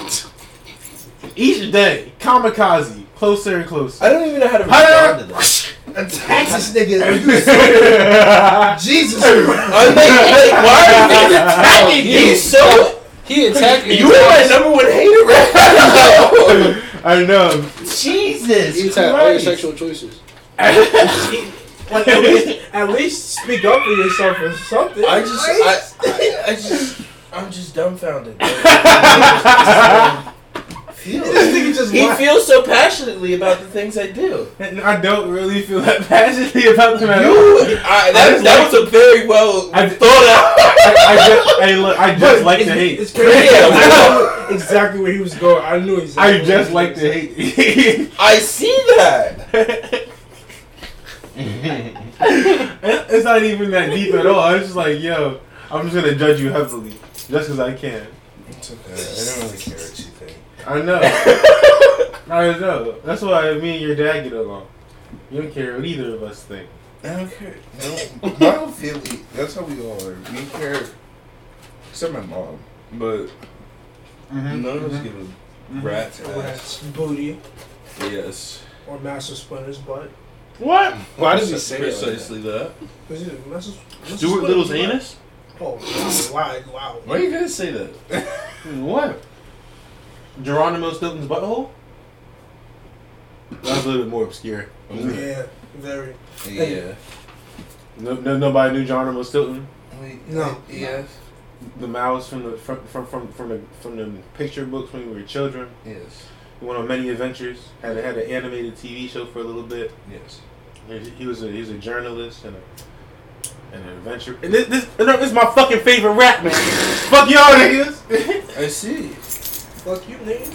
Speaker 1: Each day, kamikaze, closer and closer.
Speaker 4: I don't even know how to
Speaker 1: How
Speaker 4: respond to
Speaker 1: did
Speaker 4: that.
Speaker 2: Attack this nigga.
Speaker 1: I-
Speaker 2: Jesus. Christ.
Speaker 4: I'm like, like, why are you even attacking
Speaker 3: You-
Speaker 4: me? So
Speaker 3: He attacked me.
Speaker 4: you are my number one hater right now.
Speaker 1: I know.
Speaker 4: Jesus,
Speaker 5: You attack all your
Speaker 4: Christ.
Speaker 5: sexual choices.
Speaker 2: like, at, least, at least speak up for yourself or something.
Speaker 4: I just, I,
Speaker 2: Christ.
Speaker 4: I, I just, I'm just dumbfounded.
Speaker 2: this nigga just
Speaker 4: he
Speaker 2: laughed.
Speaker 4: feels so passionately about the things I do.
Speaker 1: I don't really feel that passionately about them at all.
Speaker 4: I, that, that was a very well
Speaker 1: I-
Speaker 4: thought out.
Speaker 1: I, I just, hey, look, I just
Speaker 2: But
Speaker 1: like to
Speaker 2: it's,
Speaker 1: hate.
Speaker 2: It's crazy.
Speaker 4: Yeah,
Speaker 2: I knew exactly where he was going. I knew exactly.
Speaker 1: I
Speaker 2: where
Speaker 1: just
Speaker 2: he
Speaker 1: like
Speaker 2: was
Speaker 1: to hate.
Speaker 4: I see that.
Speaker 1: It- it's not even that deep at all. I was just like, yo, I'm just gonna judge you heavily, just 'cause I can.
Speaker 4: It's okay. I don't really care what you think.
Speaker 1: I know. I know. That's why me and your dad get along. You don't care what either of us think.
Speaker 4: I don't care. No, I don't feel it. That's how we all are. We care. Except my mom. But
Speaker 1: Mm-hmm.
Speaker 4: none of us give a rat's ass.
Speaker 2: Rats, booty,
Speaker 4: Yes.
Speaker 2: or Master Splinter's butt.
Speaker 1: What?
Speaker 5: Why does he say it like that?
Speaker 4: precisely that?
Speaker 2: Was it Master Master
Speaker 1: Stuart
Speaker 2: Splinter's
Speaker 1: Little's
Speaker 2: butt?
Speaker 1: anus?
Speaker 2: Oh, wow, wow, wow.
Speaker 4: Why you guys say that?
Speaker 1: What? Geronimo Stilton's butthole? That was a little bit more obscure.
Speaker 2: Yeah, very.
Speaker 4: Yeah.
Speaker 1: No, no, nobody knew Geronimo Stilton.
Speaker 2: No.
Speaker 4: Yes.
Speaker 1: The mouse from the from from from from the, from the picture books when we were children.
Speaker 4: Yes.
Speaker 1: He went on many adventures. Had had an animated TV show for a little bit.
Speaker 4: Yes.
Speaker 1: He was a he was a journalist and a and adventure. And this, this, no, this is my fucking favorite rap, man. Fuck y'all niggas.
Speaker 4: I see.
Speaker 2: Fuck you, nigga.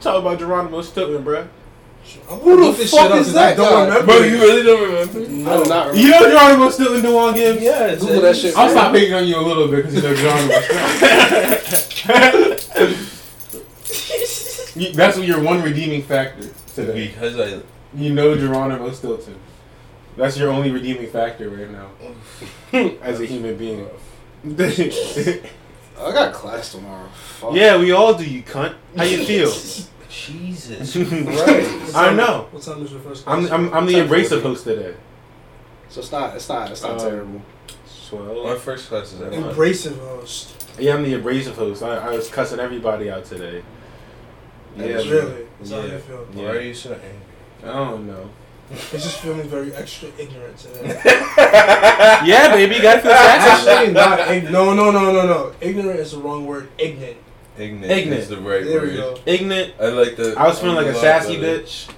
Speaker 1: Talk about Geronimo Stilton, bruh.
Speaker 2: Who
Speaker 3: the fuck is that guy?
Speaker 4: Bro, you really don't remember?
Speaker 5: I do not remember.
Speaker 1: You know Geronimo Stilton do on games?
Speaker 5: Yeah, it's-
Speaker 3: Google that shit.
Speaker 1: I'll stop picking on you a little bit because you know Geronimo Stilton. You- That's your one redeeming factor today.
Speaker 4: Because I.
Speaker 1: You know Geronimo Stilton. That's your only redeeming factor right now as a human being.
Speaker 3: I got class tomorrow. Fuck.
Speaker 1: yeah, we all do, you cunt. How you feel?
Speaker 4: Jesus.
Speaker 1: Right. I know.
Speaker 2: What time is your first class?
Speaker 1: I'm, I'm, I'm the embracer host today.
Speaker 3: So it's not. It's not. It's not
Speaker 1: Um,
Speaker 3: terrible.
Speaker 4: My
Speaker 1: 12.
Speaker 4: first class is at mine.
Speaker 2: Embracing host.
Speaker 1: Yeah, I'm the abrasive host. I, I was cussing everybody out today. Yeah,
Speaker 4: That was
Speaker 1: man.
Speaker 2: Really? That's how
Speaker 4: Yeah.
Speaker 2: you feel.
Speaker 4: Why are you so angry?
Speaker 1: I don't know.
Speaker 2: It's just feeling very extra ignorant today.
Speaker 1: yeah, baby, you gotta feel that.
Speaker 2: Actually, not ignorant. No, no, no, no, no. Ignorant is the wrong word. Ignorant.
Speaker 4: Ignorant,
Speaker 1: Ignorant.
Speaker 4: is the right
Speaker 2: There
Speaker 4: word.
Speaker 2: we go.
Speaker 1: Ignorant.
Speaker 4: I like the.
Speaker 1: I was feeling like a
Speaker 4: lot
Speaker 1: sassy
Speaker 4: better.
Speaker 1: bitch.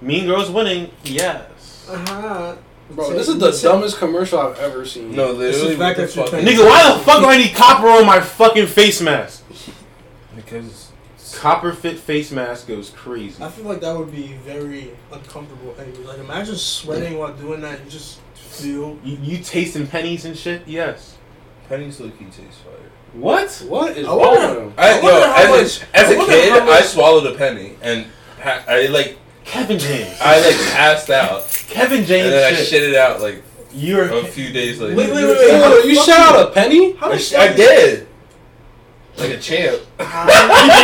Speaker 1: Mean girls winning. Yes.
Speaker 2: Uh-huh.
Speaker 3: Bro, this is the dumbest commercial I've ever seen.
Speaker 4: No,
Speaker 2: is
Speaker 4: literally.
Speaker 2: the fact
Speaker 4: what
Speaker 2: that you
Speaker 4: fuck-
Speaker 2: think-
Speaker 1: Nigga, why the fuck do I need copper on my fucking face mask?
Speaker 4: Because.
Speaker 1: Copper fit face mask goes crazy.
Speaker 2: I feel like that would be very uncomfortable. Anyway, like imagine sweating while doing that. You just feel.
Speaker 1: You, you tasting pennies and shit? Yes.
Speaker 4: Penny's Lucky tastes fire.
Speaker 1: What?
Speaker 3: Oh, What is
Speaker 2: I
Speaker 3: wrong
Speaker 2: wonder-
Speaker 3: with him?
Speaker 4: I,
Speaker 2: I wonder
Speaker 4: no,
Speaker 2: how
Speaker 4: as,
Speaker 2: much-
Speaker 4: a, as
Speaker 2: I
Speaker 4: a
Speaker 2: wonder
Speaker 4: kid,
Speaker 2: how much-
Speaker 4: I swallowed a penny and ha- I like
Speaker 1: Kevin James.
Speaker 4: I like passed out
Speaker 1: Kevin
Speaker 4: and
Speaker 1: James
Speaker 4: then I
Speaker 1: shit.
Speaker 4: shit it out like
Speaker 1: You're
Speaker 4: a few days later.
Speaker 2: Wait, wait,
Speaker 3: Wait,
Speaker 2: wait,
Speaker 3: wait,
Speaker 2: how
Speaker 3: wait,
Speaker 2: the
Speaker 3: you
Speaker 2: fuck
Speaker 3: shut out a penny?
Speaker 2: How
Speaker 4: I,
Speaker 2: does
Speaker 4: sh- I did like a champ.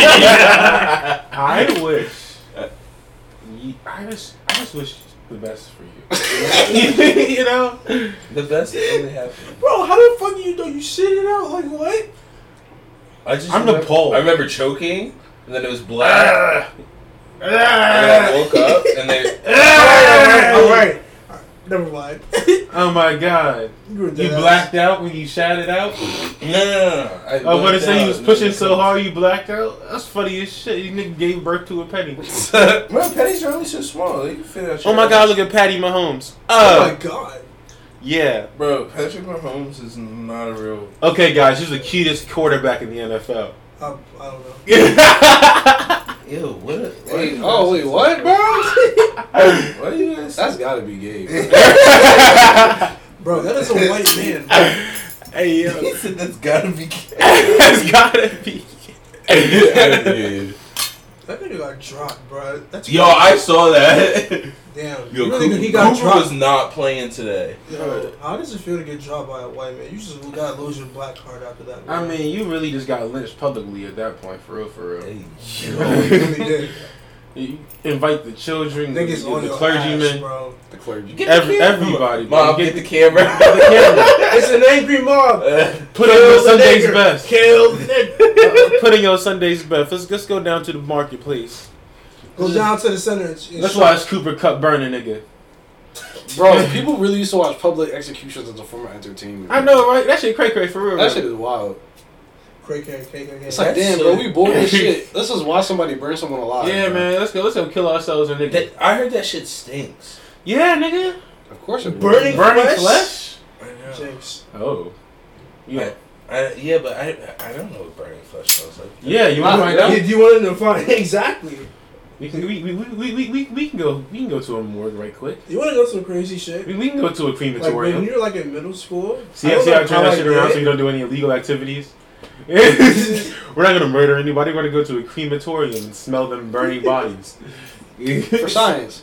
Speaker 1: I wish. You, I just, I just wish the best for you. you know.
Speaker 4: The best that only happened.
Speaker 2: Bro, how the fuck do you know you shit it out? Like what?
Speaker 4: I just
Speaker 1: I'm
Speaker 4: remember,
Speaker 1: Nepal.
Speaker 4: I remember choking and then it was black. and then I
Speaker 1: Ah.
Speaker 4: woke up and they
Speaker 2: All
Speaker 1: Ah.
Speaker 2: right. Never mind.
Speaker 1: Oh my god!
Speaker 2: You, were
Speaker 1: You
Speaker 2: dead ass.
Speaker 1: blacked out when you shouted out.
Speaker 4: no no no. no. I
Speaker 1: I was gonna
Speaker 4: blacked
Speaker 1: say
Speaker 4: out
Speaker 1: you was
Speaker 4: and then
Speaker 1: pushing
Speaker 4: they
Speaker 1: so hard you blacked out. That's funny as shit. You nigga gave birth to a penny.
Speaker 4: come.
Speaker 5: Bro,
Speaker 4: pennies are only so small. You fit out
Speaker 1: Oh my god! Look at Patty Mahomes.
Speaker 2: Oh
Speaker 1: Uh,
Speaker 2: my god.
Speaker 1: yeah.
Speaker 4: bro. Patrick Mahomes is not a real.
Speaker 1: Okay, guys, he's the cutest quarterback in the NFL.
Speaker 2: I, I don't know.
Speaker 4: Ew, what? A, why
Speaker 3: Wait,
Speaker 4: you
Speaker 3: oh wait, what, bro?
Speaker 4: guys- Why you guys?
Speaker 3: That's gotta be gay.
Speaker 2: Bro,
Speaker 3: bro.
Speaker 2: that is a white man. bro.
Speaker 1: hey yo,
Speaker 4: He said that's gotta be.
Speaker 1: it's gotta be.
Speaker 2: That nigga got dropped, bro. That's
Speaker 4: Yo, I saw that.
Speaker 2: damn.
Speaker 4: Yo,
Speaker 2: you really
Speaker 4: Cooper,
Speaker 2: think he got
Speaker 4: Cooper was
Speaker 2: dropped.
Speaker 4: not playing today.
Speaker 2: Yo, how does it feel to get dropped by a white man? You just gotta lose your black card after that.
Speaker 1: I
Speaker 2: bro.
Speaker 1: mean, you really just got lynched publicly at that point, for real, for real.
Speaker 2: Bro, you really did.
Speaker 1: You invite the children, the,
Speaker 2: Niggas on
Speaker 1: the
Speaker 2: your ass,
Speaker 1: clergymen,
Speaker 2: bro.
Speaker 3: the clergy.
Speaker 1: every, everybody. bro.
Speaker 4: Mom, get the camera. Uh,
Speaker 1: the camera.
Speaker 2: It's an angry mob.
Speaker 1: Put on your
Speaker 2: the
Speaker 1: Sunday's
Speaker 2: nigger.
Speaker 1: best.
Speaker 2: Kill the nigga.
Speaker 1: Uh, Put on your Sunday's best. Let's, let's go down to the marketplace.
Speaker 2: Go down to the center. And, and
Speaker 1: Let's watch Cooper Cup burning, nigga.
Speaker 3: Bro, people really used to watch public executions as a form of entertainment.
Speaker 1: I know, right? That shit cray cray for real.
Speaker 3: That
Speaker 1: right?
Speaker 3: shit is wild.
Speaker 2: Craig, Craig, Craig, Craig.
Speaker 3: It's like, damn, bro, we bored as shit. Let's just watch somebody burn someone alive.
Speaker 1: yeah,
Speaker 3: bro.
Speaker 1: man. Let's go. Let's go kill ourselves, and nigga.
Speaker 4: That- I heard that shit stinks.
Speaker 1: yeah, nigga.
Speaker 3: Of course it
Speaker 2: Burning
Speaker 3: would.
Speaker 1: Burning
Speaker 2: flesh?
Speaker 1: flesh.
Speaker 2: Jinx.
Speaker 1: Oh. Yeah.
Speaker 4: I, yeah, but I I don't know what burning flesh smells like.
Speaker 1: Yeah, you want to find
Speaker 3: Yeah.
Speaker 2: Yeah,
Speaker 1: out?
Speaker 2: do you want to find exactly?
Speaker 1: We can we, we, we, we, we, we can go we can go to a morgue right quick.
Speaker 2: You want to go some crazy shit?
Speaker 1: We, we can go to a
Speaker 2: Like
Speaker 1: crematorium.
Speaker 2: when you're like in middle school.
Speaker 1: See,
Speaker 2: I don't
Speaker 1: see
Speaker 2: know
Speaker 1: how I turn
Speaker 2: how
Speaker 1: that
Speaker 2: I
Speaker 1: shit around
Speaker 2: did
Speaker 1: so
Speaker 2: it.
Speaker 1: you don't do any illegal activities? We're not gonna murder anybody. We're gonna go to a crematorium and smell them burning bodies.
Speaker 3: For science.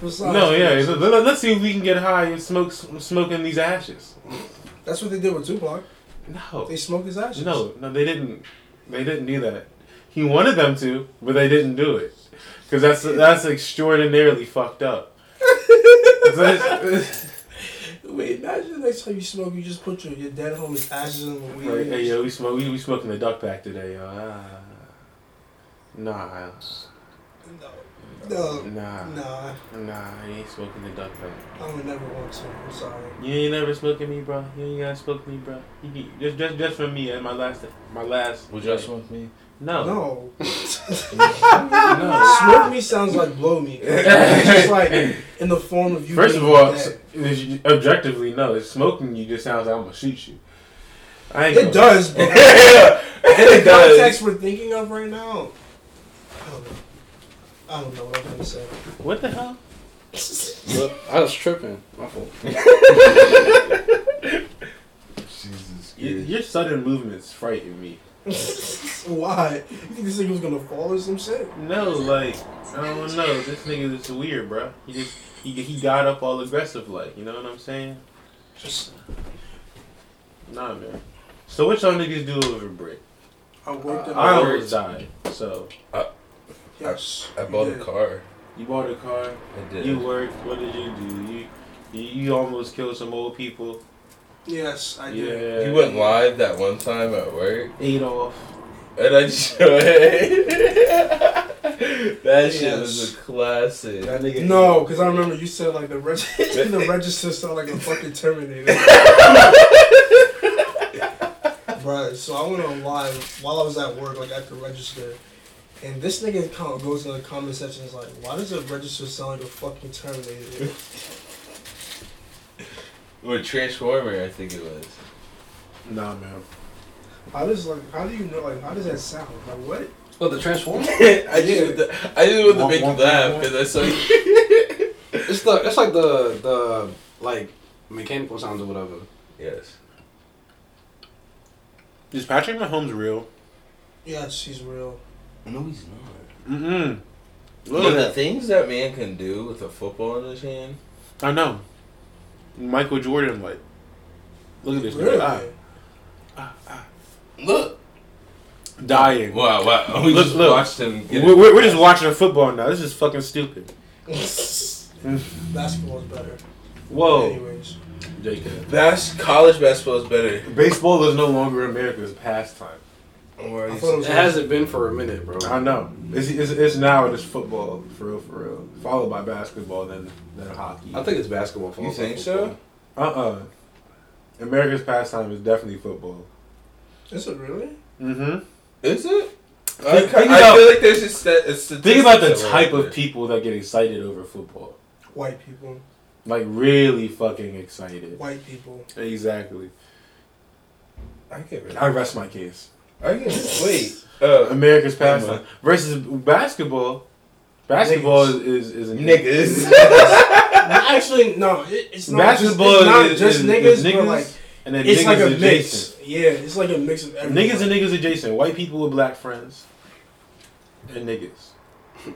Speaker 2: Besides,
Speaker 1: no, yeah. so let- Let's see if we can get high and smoke smoking these ashes.
Speaker 2: That's what they did with Tupac.
Speaker 1: No,
Speaker 2: They smoked his ashes.
Speaker 1: no, no. They didn't. They didn't do that. He wanted them to, but they didn't do it because that's that's extraordinarily fucked up. That's-
Speaker 2: Wait, imagine the next time you smoke, you just put your, your dead homie's ashes in the weed.
Speaker 1: Like, hey yo, we smoke. We, we smoking the duck pack today, yo. Ah. Nah,
Speaker 2: No.
Speaker 1: nah,
Speaker 2: No. Nah,
Speaker 1: nah. You ain't smoking the duck pack.
Speaker 2: I would never want to. I'm sorry.
Speaker 1: You ain't never smoking me, bro. You ain't gotta smoke me, bro. You, can- just, just, just for me at uh, my last, my last.
Speaker 4: Would you guys want me?
Speaker 1: No,
Speaker 2: No. No, smoke me sounds like blow me. It's just like in the form of you.
Speaker 1: First of
Speaker 2: being
Speaker 1: all,
Speaker 2: dead.
Speaker 1: s- is- objectively, no. It's smoking you just sounds like I'm gonna shoot you. I ain't gonna-
Speaker 2: it does. But
Speaker 1: yeah,
Speaker 2: in
Speaker 1: it
Speaker 2: the
Speaker 1: does.
Speaker 2: context we're thinking of right now, I don't know. I don't know what I'm gonna say.
Speaker 1: What the hell?
Speaker 5: Look, I was tripping. My fault.
Speaker 4: Jesus.
Speaker 1: Y- Your sudden movements frighten me.
Speaker 2: Why? You think this nigga was gonna fall or some shit?
Speaker 1: No, like I don't know. This nigga is weird, bro. He just he, he got up all aggressive, like you know what I'm saying?
Speaker 2: Just
Speaker 1: Nah, man. So what y'all niggas do over break?
Speaker 2: I worked it
Speaker 1: Uh, I
Speaker 2: out.
Speaker 1: almost died. So
Speaker 2: Yes.
Speaker 4: I bought a car.
Speaker 1: you bought a car.
Speaker 4: I did.
Speaker 1: You worked. What did you do? You you, you almost killed some old people.
Speaker 2: Yes, I did.
Speaker 1: Yeah.
Speaker 4: You went live that one time at work,
Speaker 1: Ate off.
Speaker 4: and I just that shit was a classic.
Speaker 5: That nigga.
Speaker 2: No, because I remember you said like the reg- the register sounded like a fucking Terminator. Bruh, so I went on live while I was at work, like at the register, and this nigga com- goes in the comment section and is like, why does the register sound like a fucking Terminator?
Speaker 4: Or Transformer, I think it was.
Speaker 1: Nah, man.
Speaker 2: How does like how do you know like how does that sound? Like what?
Speaker 3: Oh, the transformer.
Speaker 4: I just, I just wanted to make you
Speaker 1: Womp, womp,
Speaker 4: laugh
Speaker 1: womp,
Speaker 4: because I saw you.
Speaker 3: It's the it's like the the like mechanical sounds or whatever.
Speaker 4: Yes.
Speaker 1: Is Patrick Mahomes real?
Speaker 2: Yes, he's real.
Speaker 4: No, he's not.
Speaker 1: Mm-mm. Look
Speaker 4: Look,
Speaker 1: at
Speaker 4: the
Speaker 1: that.
Speaker 4: things that man can do with a football in his hand.
Speaker 1: I know. Michael Jordan, like. Look at this nigga.
Speaker 2: Really?
Speaker 1: Ah,
Speaker 4: Look.
Speaker 1: dying.
Speaker 4: Wow, wow. We
Speaker 1: Look,
Speaker 4: just
Speaker 1: look.
Speaker 4: watched him get
Speaker 1: We're, we're, we're just watching football now. This is fucking stupid.
Speaker 2: Basketball's better.
Speaker 1: Whoa.
Speaker 2: Anyways.
Speaker 1: JK.
Speaker 4: Bas- college basketball is better.
Speaker 1: Baseball is no longer America's pastime.
Speaker 4: Or
Speaker 2: I
Speaker 4: he's-
Speaker 2: thought it
Speaker 3: It
Speaker 2: was
Speaker 3: hasn't been for a minute, bro.
Speaker 1: I know. It's, it's, it's now it is football, for real, for real. Followed by basketball, then then hockey.
Speaker 3: I think it's basketball. football,
Speaker 4: think
Speaker 3: football.
Speaker 4: so?
Speaker 1: Uh uh America's pastime is definitely football.
Speaker 2: Is it really?
Speaker 1: Mm hmm.
Speaker 4: Is it? I,
Speaker 1: Think- think
Speaker 4: I
Speaker 1: about-
Speaker 4: feel like there's a, st- a
Speaker 1: Think about the
Speaker 4: statistics around
Speaker 1: type of
Speaker 4: it.
Speaker 1: people that get excited over football.
Speaker 2: White people.
Speaker 1: Like, really fucking excited.
Speaker 2: White people.
Speaker 1: Exactly.
Speaker 4: I get rid
Speaker 1: I rest my case.
Speaker 4: I get wait. Uh,
Speaker 1: America's
Speaker 4: Come
Speaker 1: pastime
Speaker 4: on.
Speaker 1: versus basketball. Basketball is, is, is a
Speaker 4: niggas.
Speaker 2: Actually, no, it, it's not
Speaker 1: Basketball
Speaker 2: just, it's not
Speaker 1: is,
Speaker 2: just
Speaker 1: is-
Speaker 2: niggas,
Speaker 1: is
Speaker 2: but like
Speaker 1: and then
Speaker 2: it's
Speaker 1: niggas
Speaker 2: like a
Speaker 1: adjacent.
Speaker 2: mix. Yeah, it's like a mix of everything.
Speaker 1: Niggas and niggas adjacent. White people with black friends. And niggas.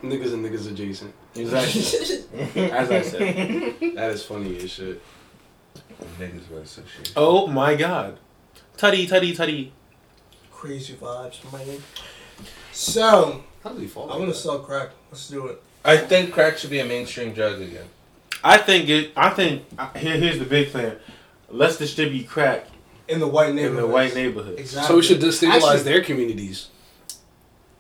Speaker 3: Niggas and niggas adjacent.
Speaker 1: Exactly. As I said.
Speaker 3: That is funny as shit.
Speaker 4: niggas versus shit.
Speaker 1: Oh my god. Tutty, tutty, tutty.
Speaker 2: crazy vibes, man. So
Speaker 3: How does he fall?
Speaker 2: I'm gonna sell crack. Let's do it.
Speaker 4: I think crack should be a mainstream drug again.
Speaker 1: I think it. I think I- here, here's the big plan. Let's distribute crack
Speaker 2: In the white
Speaker 1: in
Speaker 2: neighborhood.
Speaker 1: the white neighborhood.
Speaker 2: Exactly.
Speaker 3: So we should destabilize
Speaker 2: Actually,
Speaker 3: their communities.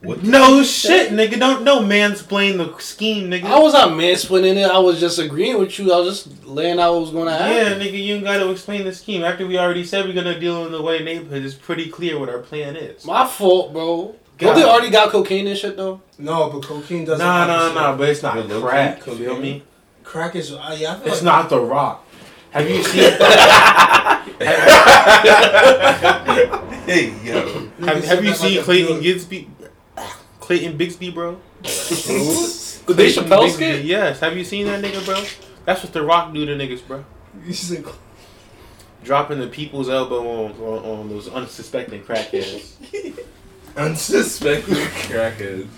Speaker 1: No shit, nigga. Don't no mansplain the scheme, nigga.
Speaker 3: I was not mansplaining it. I was just agreeing with you. I was just laying out what was going to
Speaker 1: Yeah,
Speaker 3: happen.
Speaker 1: nigga, you ain't gotta explain the scheme. After we already said we're gonna deal in the white neighborhood, it's pretty clear what our plan is.
Speaker 3: My fault, bro.
Speaker 1: God.
Speaker 3: Don't they already got cocaine and shit though?
Speaker 2: No, but cocaine doesn't.
Speaker 1: Nah,
Speaker 2: have the
Speaker 1: nah,
Speaker 2: same-
Speaker 1: nah, but it's not
Speaker 4: With low-key
Speaker 1: crack.
Speaker 4: cocaine.
Speaker 1: Feel me?
Speaker 2: Crack is. Uh, yeah, I feel
Speaker 1: It's
Speaker 2: like
Speaker 1: not the rock. Have you seen?
Speaker 4: Hey yo.
Speaker 1: have, have you
Speaker 2: Niggas
Speaker 1: seen
Speaker 2: sound like a
Speaker 1: Clayton
Speaker 2: dude.
Speaker 1: Gidsby? Clayton Bixby, bro.
Speaker 3: The Dave
Speaker 1: Clayton
Speaker 3: Chappelle
Speaker 1: Bixby,
Speaker 3: skit?
Speaker 1: Yes. Have you seen that nigga, bro? That's what the rock do to niggas, bro.
Speaker 2: You said
Speaker 1: Dropping the people's elbow on on, on those unsuspecting crackheads.
Speaker 4: Unsuspecting crackheads.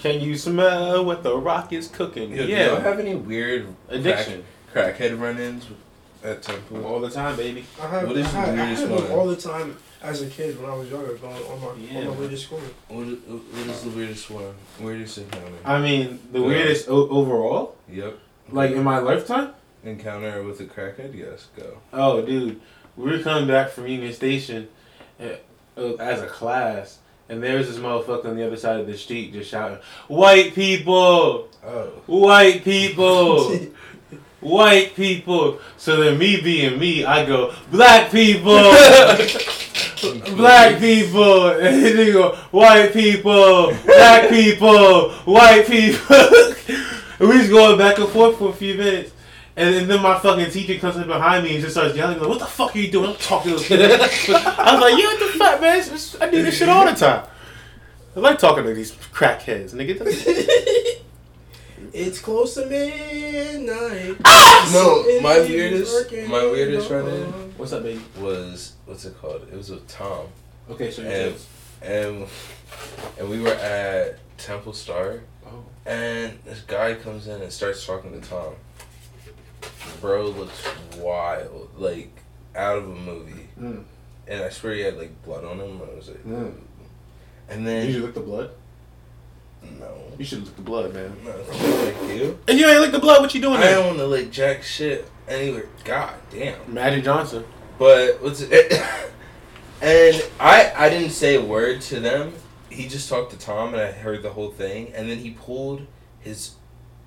Speaker 1: Can you smell what the rock is cooking?
Speaker 4: Yo,
Speaker 1: Yeah,
Speaker 4: Do y'all have any weird
Speaker 1: addiction
Speaker 4: crack, crackhead run-ins at Temple?
Speaker 1: all the time, baby.
Speaker 2: I had,
Speaker 4: What is
Speaker 2: I had,
Speaker 4: the
Speaker 2: I had
Speaker 4: weirdest
Speaker 2: them
Speaker 4: one?
Speaker 2: all the time as a kid when I was younger, going on my
Speaker 1: Yeah.
Speaker 2: on my way to school.
Speaker 4: What, is- what is the weirdest one? Weirdest encounter?
Speaker 1: I mean, the
Speaker 4: Yeah.
Speaker 1: weirdest o- overall.
Speaker 4: Yep.
Speaker 1: Like in my lifetime?
Speaker 4: Encounter with a crackhead? Yes, go.
Speaker 1: Oh, dude, we were coming back from Union Station uh, uh, as a class, and there was this motherfucker on the other side of the street just shouting, "White people,
Speaker 4: Oh.
Speaker 1: white people, white people." So then, me being me, I go, "Black people, Black people, and then they go, white people, black people, white people. and we just going back and forth for a few minutes. And, then- then my fucking teacher comes in behind me and just starts yelling, like, what the fuck are you doing? I'm talking to those kids. I was like, you what the fuck, man? It's- it's- I do this shit all the time. I like talking to these crackheads, nigga. That's-
Speaker 2: It's close to midnight.
Speaker 4: No,
Speaker 2: It
Speaker 4: my
Speaker 2: is
Speaker 4: weirdest,
Speaker 2: working
Speaker 4: my weirdest right
Speaker 2: on.
Speaker 4: now
Speaker 1: What's up, baby?
Speaker 4: was what's it called? It was with Tom,
Speaker 1: Okay, so
Speaker 4: and and and we were at Temple Star,
Speaker 1: Oh.
Speaker 4: and this guy comes in and starts talking to Tom. Bro looks wild, like out of a movie,
Speaker 1: Mm.
Speaker 4: and I swear he had like blood on him. I was like,
Speaker 1: Mm.
Speaker 4: and
Speaker 1: You should
Speaker 4: then
Speaker 1: lick the blood.
Speaker 4: no,
Speaker 1: You should lick the blood, man.
Speaker 4: no, thank you.
Speaker 1: And you ain't lick the blood. What you doing
Speaker 4: I
Speaker 1: there?
Speaker 4: don't want to like jack shit anywhere. God damn.
Speaker 1: Magic Johnson.
Speaker 4: But what's it? and I I didn't say a word to them. He just talked to Tom, and I heard the whole thing. And then he pulled his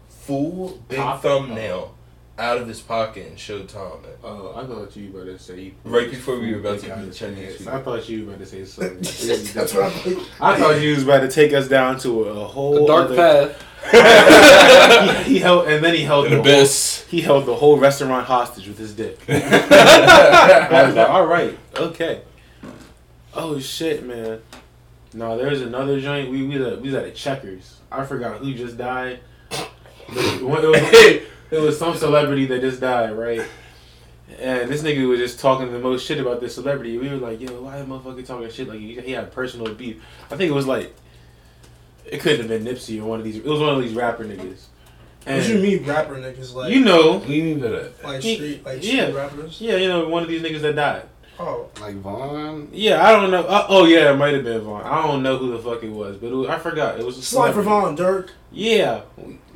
Speaker 4: full big
Speaker 1: Pop-
Speaker 4: thumbnail out of his pocket and showed Tom it.
Speaker 1: Oh, I thought you were about to say.
Speaker 4: Right before we were about to do the Chinese food.
Speaker 1: I thought you were about to say something.
Speaker 2: That's what I'm thinking.
Speaker 1: I thought you was about to take us down to a whole
Speaker 5: The dark
Speaker 1: other-
Speaker 5: path.
Speaker 1: he, he held, and then he held the whole,
Speaker 4: abyss.
Speaker 1: he held the whole restaurant hostage with his dick. I was like,
Speaker 4: I
Speaker 1: all right, okay. Oh shit, man. No, there's another joint. We we was at, we was at a Checkers. I forgot who just died. But one- it, was, it was some celebrity that just died, right? And this nigga was just talking the most shit about this celebrity. We were like, yo, why the motherfucker talking shit? Like he, he had personal beef. I think it was like it couldn't have been Nipsey or one of these. It was one of these rapper niggas. And
Speaker 2: What you mean, rapper niggas like
Speaker 1: You know,
Speaker 4: leave it at.
Speaker 2: like
Speaker 1: he-
Speaker 2: street like
Speaker 1: yeah.
Speaker 2: street rappers?
Speaker 1: yeah, you know, one of these niggas that died.
Speaker 2: Oh,
Speaker 5: Like Vaughn.
Speaker 1: Yeah, I don't know. Uh, oh yeah, it might have been Vaughn. I don't know who the fuck it was, but it was, I forgot. It was a
Speaker 2: slide for
Speaker 1: celebrity.
Speaker 2: Von Dirk.
Speaker 1: Yeah,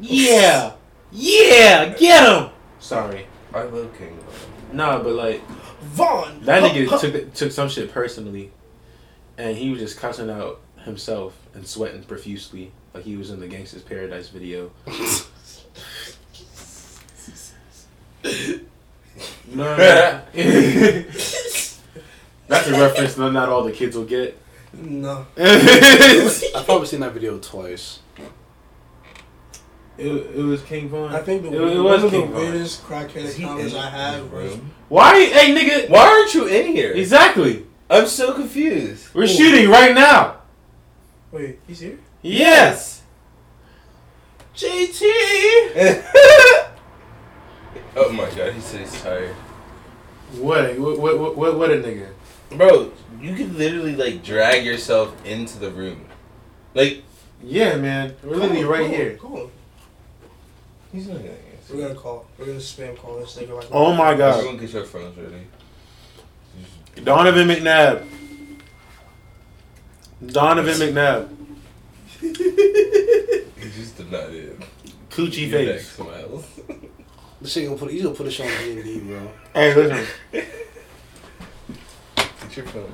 Speaker 1: yeah, yeah. Get him. Sorry.
Speaker 4: I love King. Von.
Speaker 1: Nah, but like
Speaker 2: Von.
Speaker 1: that nigga took took some shit personally, and he was just cussing out himself and sweating profusely, like he was in the Gangsta's Paradise video. no, no, no. that's a reference that not all the kids will get.
Speaker 2: No.
Speaker 1: it,
Speaker 5: I've probably seen that video twice.
Speaker 1: it was King Von.
Speaker 2: I think the,
Speaker 1: it, it
Speaker 2: one
Speaker 1: was
Speaker 2: of the
Speaker 1: King Von.
Speaker 2: weirdest
Speaker 4: Is
Speaker 2: crackhead
Speaker 4: he
Speaker 2: comments
Speaker 4: in
Speaker 2: I
Speaker 4: his
Speaker 2: had was
Speaker 4: room?
Speaker 1: Why, hey nigga?
Speaker 4: Why aren't you in here?
Speaker 1: Exactly.
Speaker 4: I'm so confused.
Speaker 1: We're shooting right now.
Speaker 2: wait, he's here?
Speaker 1: Yes.
Speaker 2: JT.
Speaker 4: oh my god, he said he's tired.
Speaker 1: What? What? What? What? What a nigga.
Speaker 4: Bro, you could literally like drag yourself into the room. Like
Speaker 1: Yeah, man. We're literally
Speaker 2: Call him,
Speaker 1: right
Speaker 2: call him,
Speaker 1: here.
Speaker 2: call him.
Speaker 4: he's not gonna
Speaker 2: We're gonna call. We're gonna spam call this nigga like.
Speaker 1: Oh my god.
Speaker 4: Everyone get your phones ready.
Speaker 1: Donovan McNabb. Donovan McNabb.
Speaker 4: He just did not it.
Speaker 1: Coochie
Speaker 4: Your
Speaker 1: face.
Speaker 4: neck smiles.
Speaker 5: This shit gonna put he's gonna put this shit on D and D, bro.
Speaker 1: Hey, listen.
Speaker 4: Get your phone.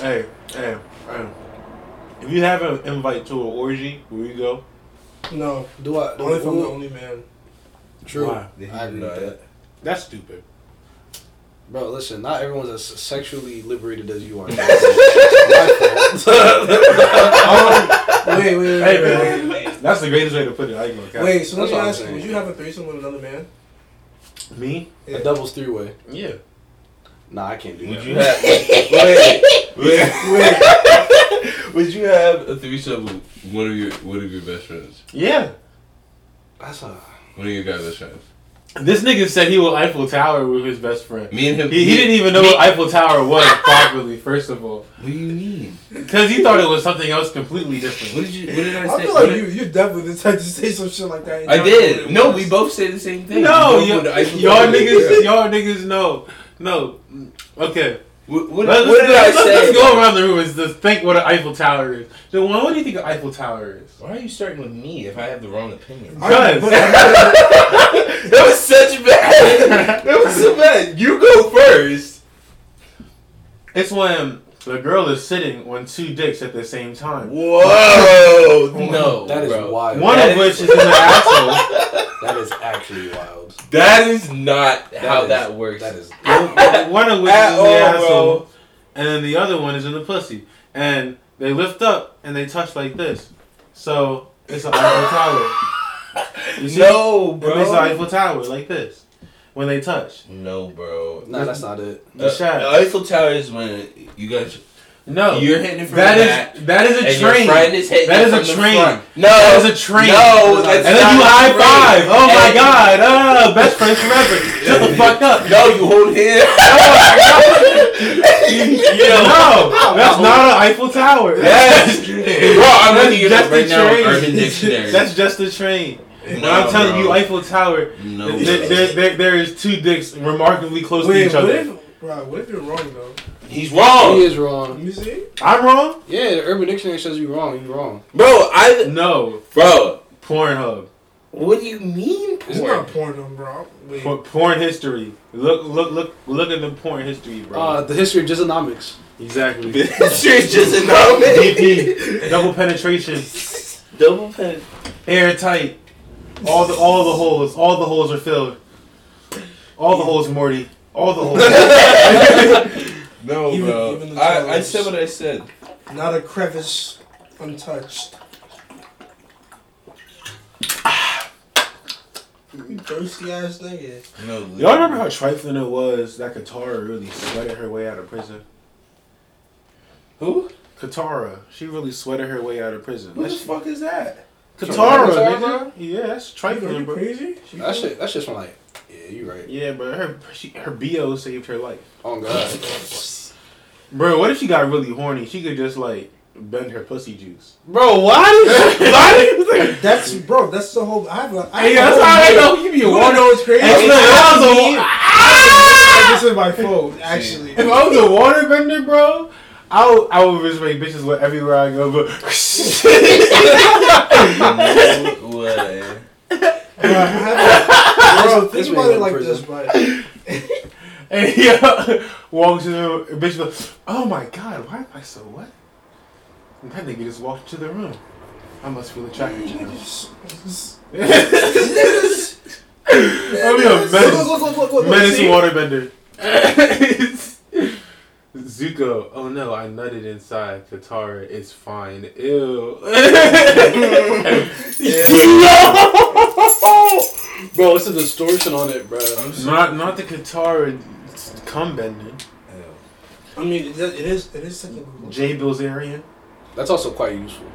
Speaker 1: Hey, hey, hey. If you have an invite to an orgy, will you go?
Speaker 2: No,
Speaker 5: Do I? Do
Speaker 2: only
Speaker 5: I
Speaker 2: if I'm the only man.
Speaker 5: True.
Speaker 1: Why?
Speaker 4: Did he
Speaker 5: I agree
Speaker 4: deny
Speaker 5: with
Speaker 4: it?
Speaker 1: That's stupid.
Speaker 5: Bro, listen, not everyone's as sexually liberated as you are. My fault.
Speaker 2: Wait, wait, wait,
Speaker 1: Hey,
Speaker 2: wait, wait.
Speaker 1: man. That's the greatest way to put it. I ain't gonna count.
Speaker 2: Wait, so let
Speaker 5: That's what
Speaker 2: me
Speaker 5: I'm
Speaker 2: ask you,
Speaker 5: saying.
Speaker 2: would you have a threesome with another man?
Speaker 1: Me?
Speaker 5: A doubles three way.
Speaker 1: Yeah.
Speaker 5: Nah, I can't do
Speaker 4: Would
Speaker 5: that.
Speaker 4: you have wait, wait, wait. Would you have a threesome with one of your one of your best friends?
Speaker 1: Yeah.
Speaker 5: That's a.
Speaker 4: One of your guys' best friends.
Speaker 1: This nigga said he will Eiffel Tower with his best friend.
Speaker 4: Me and him
Speaker 1: He, he didn't e- even know what Eiffel Tower was properly, first of all.
Speaker 4: What do you mean?
Speaker 1: Because he thought it was something else completely different.
Speaker 4: What did you what did I say?
Speaker 2: I feel
Speaker 4: What
Speaker 2: like
Speaker 4: did-
Speaker 2: you, you definitely the type to say some shit like that.
Speaker 4: I did. No, we both said the same thing.
Speaker 1: No,
Speaker 4: We
Speaker 1: y-
Speaker 4: both went to Eiffel
Speaker 1: y'all
Speaker 4: Tower.
Speaker 1: niggas,
Speaker 4: Yeah.
Speaker 1: y'all niggas, no. No. Mm, Okay.
Speaker 4: What, what,
Speaker 1: Let's-
Speaker 4: what did I
Speaker 1: let's-
Speaker 4: say?
Speaker 1: Let's go around the room and just think what an Eiffel Tower is. The one, what do you think an Eiffel Tower is?
Speaker 4: Why are you starting with me if I have the wrong opinion?
Speaker 1: Guys.
Speaker 4: That was such bad. That was so bad. You go first.
Speaker 1: It's when the girl is sitting on two dicks at the same time.
Speaker 4: Whoa. No.
Speaker 5: That is
Speaker 4: Oh, bro.
Speaker 5: wild.
Speaker 1: One
Speaker 4: That
Speaker 1: of
Speaker 4: is-
Speaker 1: which is in the asshole.
Speaker 5: that is actually wild.
Speaker 4: That is not how
Speaker 5: is-
Speaker 4: that works.
Speaker 5: That is.
Speaker 1: One of which is
Speaker 4: At
Speaker 1: in the
Speaker 4: all,
Speaker 1: asshole.
Speaker 4: bro.
Speaker 1: and then the other one is in the pussy, and they lift up and they touch like this, so it's an Eiffel Tower. You see?
Speaker 4: No,
Speaker 1: It's an
Speaker 4: bro.
Speaker 1: Eiffel Tower like this when they touch.
Speaker 4: No, bro.
Speaker 5: Nah, that's not it.
Speaker 1: The shaft.
Speaker 4: Uh, Eiffel Tower is when you got
Speaker 1: No,
Speaker 4: You're hitting it from
Speaker 1: That
Speaker 4: the
Speaker 1: is-
Speaker 4: back,
Speaker 1: that is a
Speaker 4: and
Speaker 1: train.
Speaker 4: your friend is hitting
Speaker 1: That
Speaker 4: it
Speaker 1: is a
Speaker 4: from the
Speaker 1: train.
Speaker 4: front. No,
Speaker 1: That is a train.
Speaker 4: No, that's
Speaker 1: and then you
Speaker 4: not
Speaker 1: high
Speaker 4: a
Speaker 1: five.
Speaker 4: train.
Speaker 1: Oh my
Speaker 4: And-
Speaker 1: god, ah, best friends forever. Shut the fuck up.
Speaker 4: No, you hold here.
Speaker 1: no, that's not an Eiffel Tower.
Speaker 4: Yes. bro, I'm
Speaker 1: That's
Speaker 4: looking it
Speaker 1: just
Speaker 4: up right
Speaker 1: a
Speaker 4: now.
Speaker 1: train.
Speaker 4: on Urban Dictionary.
Speaker 1: That's just a train.
Speaker 4: no,
Speaker 1: When I'm telling
Speaker 4: bro.
Speaker 1: you, Eiffel Tower.
Speaker 4: No,
Speaker 1: th- th- there, there- there is two dicks remarkably close to
Speaker 2: Wait,
Speaker 1: each
Speaker 2: what
Speaker 1: other.
Speaker 2: if, bro, what if you're wrong, though?
Speaker 4: he's wrong,
Speaker 5: He is
Speaker 2: Let
Speaker 5: wrong.
Speaker 2: me see.
Speaker 1: I'm wrong.
Speaker 5: Yeah, the Urban Dictionary says you're wrong. You're wrong.
Speaker 4: bro. I
Speaker 1: No,
Speaker 4: bro.
Speaker 1: Pornhub.
Speaker 4: What do you mean
Speaker 2: It's
Speaker 4: porn?
Speaker 2: not porn, bro. Wait.
Speaker 1: Por- porn history. Look, look, look, look at the porn history, bro.
Speaker 5: Uh,
Speaker 3: Ah,
Speaker 5: the history of jizzonomics.
Speaker 1: exactly.
Speaker 4: This shit's just a nominee.
Speaker 1: DP, double penetration,
Speaker 4: Double pen.
Speaker 1: airtight. All the all the holes, all the holes are filled. All the holes, Morty. All the holes.
Speaker 4: No,
Speaker 2: Even-
Speaker 4: bro.
Speaker 2: even the
Speaker 4: I, I
Speaker 2: towers.
Speaker 4: said what I said.
Speaker 2: Not a crevice untouched. You thirsty ass nigga.
Speaker 4: No,
Speaker 1: Y'all remember how trifling it was that Katara really sweated her way out of prison?
Speaker 4: who?
Speaker 1: Katara, she really sweated her way out of prison.
Speaker 4: Who the
Speaker 1: That's
Speaker 4: fuck is that?
Speaker 1: Katara,
Speaker 5: Katara,
Speaker 1: nigga. Yeah, that's
Speaker 2: Are
Speaker 1: trifling,
Speaker 2: you
Speaker 1: bro.
Speaker 2: crazy? She
Speaker 5: That shit. That shit's from like. Yeah, you right.
Speaker 1: Yeah, but her she, her bo saved her life.
Speaker 5: Oh god.
Speaker 1: Bro, what if she got really horny? She could just like bend her pussy juice.
Speaker 3: Bro, why did
Speaker 2: That's bro. That's the whole. I have a. I
Speaker 1: Hey,
Speaker 2: have
Speaker 1: that's
Speaker 2: a
Speaker 1: how I
Speaker 2: whole-
Speaker 1: know you be
Speaker 2: You
Speaker 1: a
Speaker 2: wanna
Speaker 1: horny.
Speaker 2: know what's crazy?
Speaker 1: Hey, look, that was a-
Speaker 2: I have this in my phone, actually.
Speaker 1: If I was a waterbender, bro, I would, I would just make bitches look everywhere I go. But
Speaker 4: No way.
Speaker 2: Bro, I have a- bro,
Speaker 5: This
Speaker 2: think about
Speaker 5: nigga
Speaker 2: it like
Speaker 5: in
Speaker 2: this, bro.
Speaker 1: and he uh, walks in the room, and bitch goes, "Oh my god, why am I so wet?" And that nigga just walked into the room. I must feel attracted to him. I'll be a menace,
Speaker 2: Look, look, look, look, look, look.
Speaker 1: menace
Speaker 2: see?
Speaker 1: waterbender. Zuko, oh no, I nutted inside. Katara, it's fine. Ew.
Speaker 5: Bro, it's a distortion on it, bro.
Speaker 1: Not not the Katara cum bending.
Speaker 2: I mean, it it is. It is technically.
Speaker 1: Jay Bilzerian.
Speaker 5: That's also quite useful.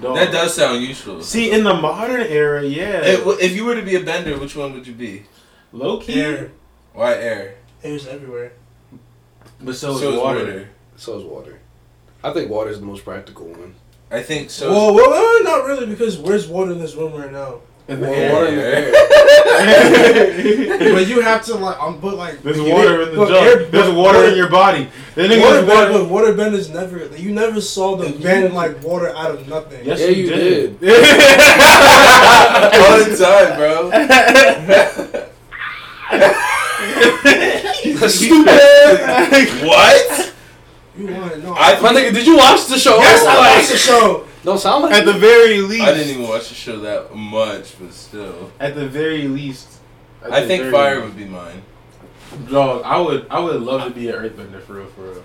Speaker 1: Dog.
Speaker 4: That does sound useful.
Speaker 1: See, in the modern era, yeah.
Speaker 4: If, if you were to be a bender, which one would you be?
Speaker 1: Low key.
Speaker 2: Air.
Speaker 4: Why air?
Speaker 2: Air's everywhere.
Speaker 1: But so,
Speaker 4: So
Speaker 1: is
Speaker 4: is
Speaker 1: water.
Speaker 5: So is water. I think water is the most practical one.
Speaker 4: I think so.
Speaker 2: Whoa, whoa, whoa, not really, because where's water in this room right now?
Speaker 1: In the
Speaker 5: Well,
Speaker 1: air.
Speaker 5: water in the air.
Speaker 2: But you have to like, um, but like,
Speaker 1: There's
Speaker 2: you-
Speaker 1: water in the
Speaker 2: but
Speaker 1: jug.
Speaker 2: air-
Speaker 1: There's
Speaker 2: but
Speaker 1: water in your body. The nigga
Speaker 2: Water,
Speaker 1: is water.
Speaker 2: water, water benders never. Like, you never saw them bend like water out of nothing.
Speaker 1: Yes,
Speaker 5: Yeah,
Speaker 1: you
Speaker 5: you
Speaker 1: did.
Speaker 4: All the time, bro. what?
Speaker 2: You want to know?
Speaker 4: I
Speaker 5: My nigga, did you watch the show?
Speaker 2: yes, I watched the show.
Speaker 5: Don't sound like
Speaker 1: at the
Speaker 5: it.
Speaker 1: very
Speaker 4: I didn't
Speaker 1: least.
Speaker 4: even watch the show that much, but still.
Speaker 1: At the very least. at
Speaker 4: I
Speaker 1: the
Speaker 4: think
Speaker 1: very
Speaker 4: fire
Speaker 1: least.
Speaker 4: would be mine.
Speaker 1: Dog, I would, I would love to be an earthbender for real, for real.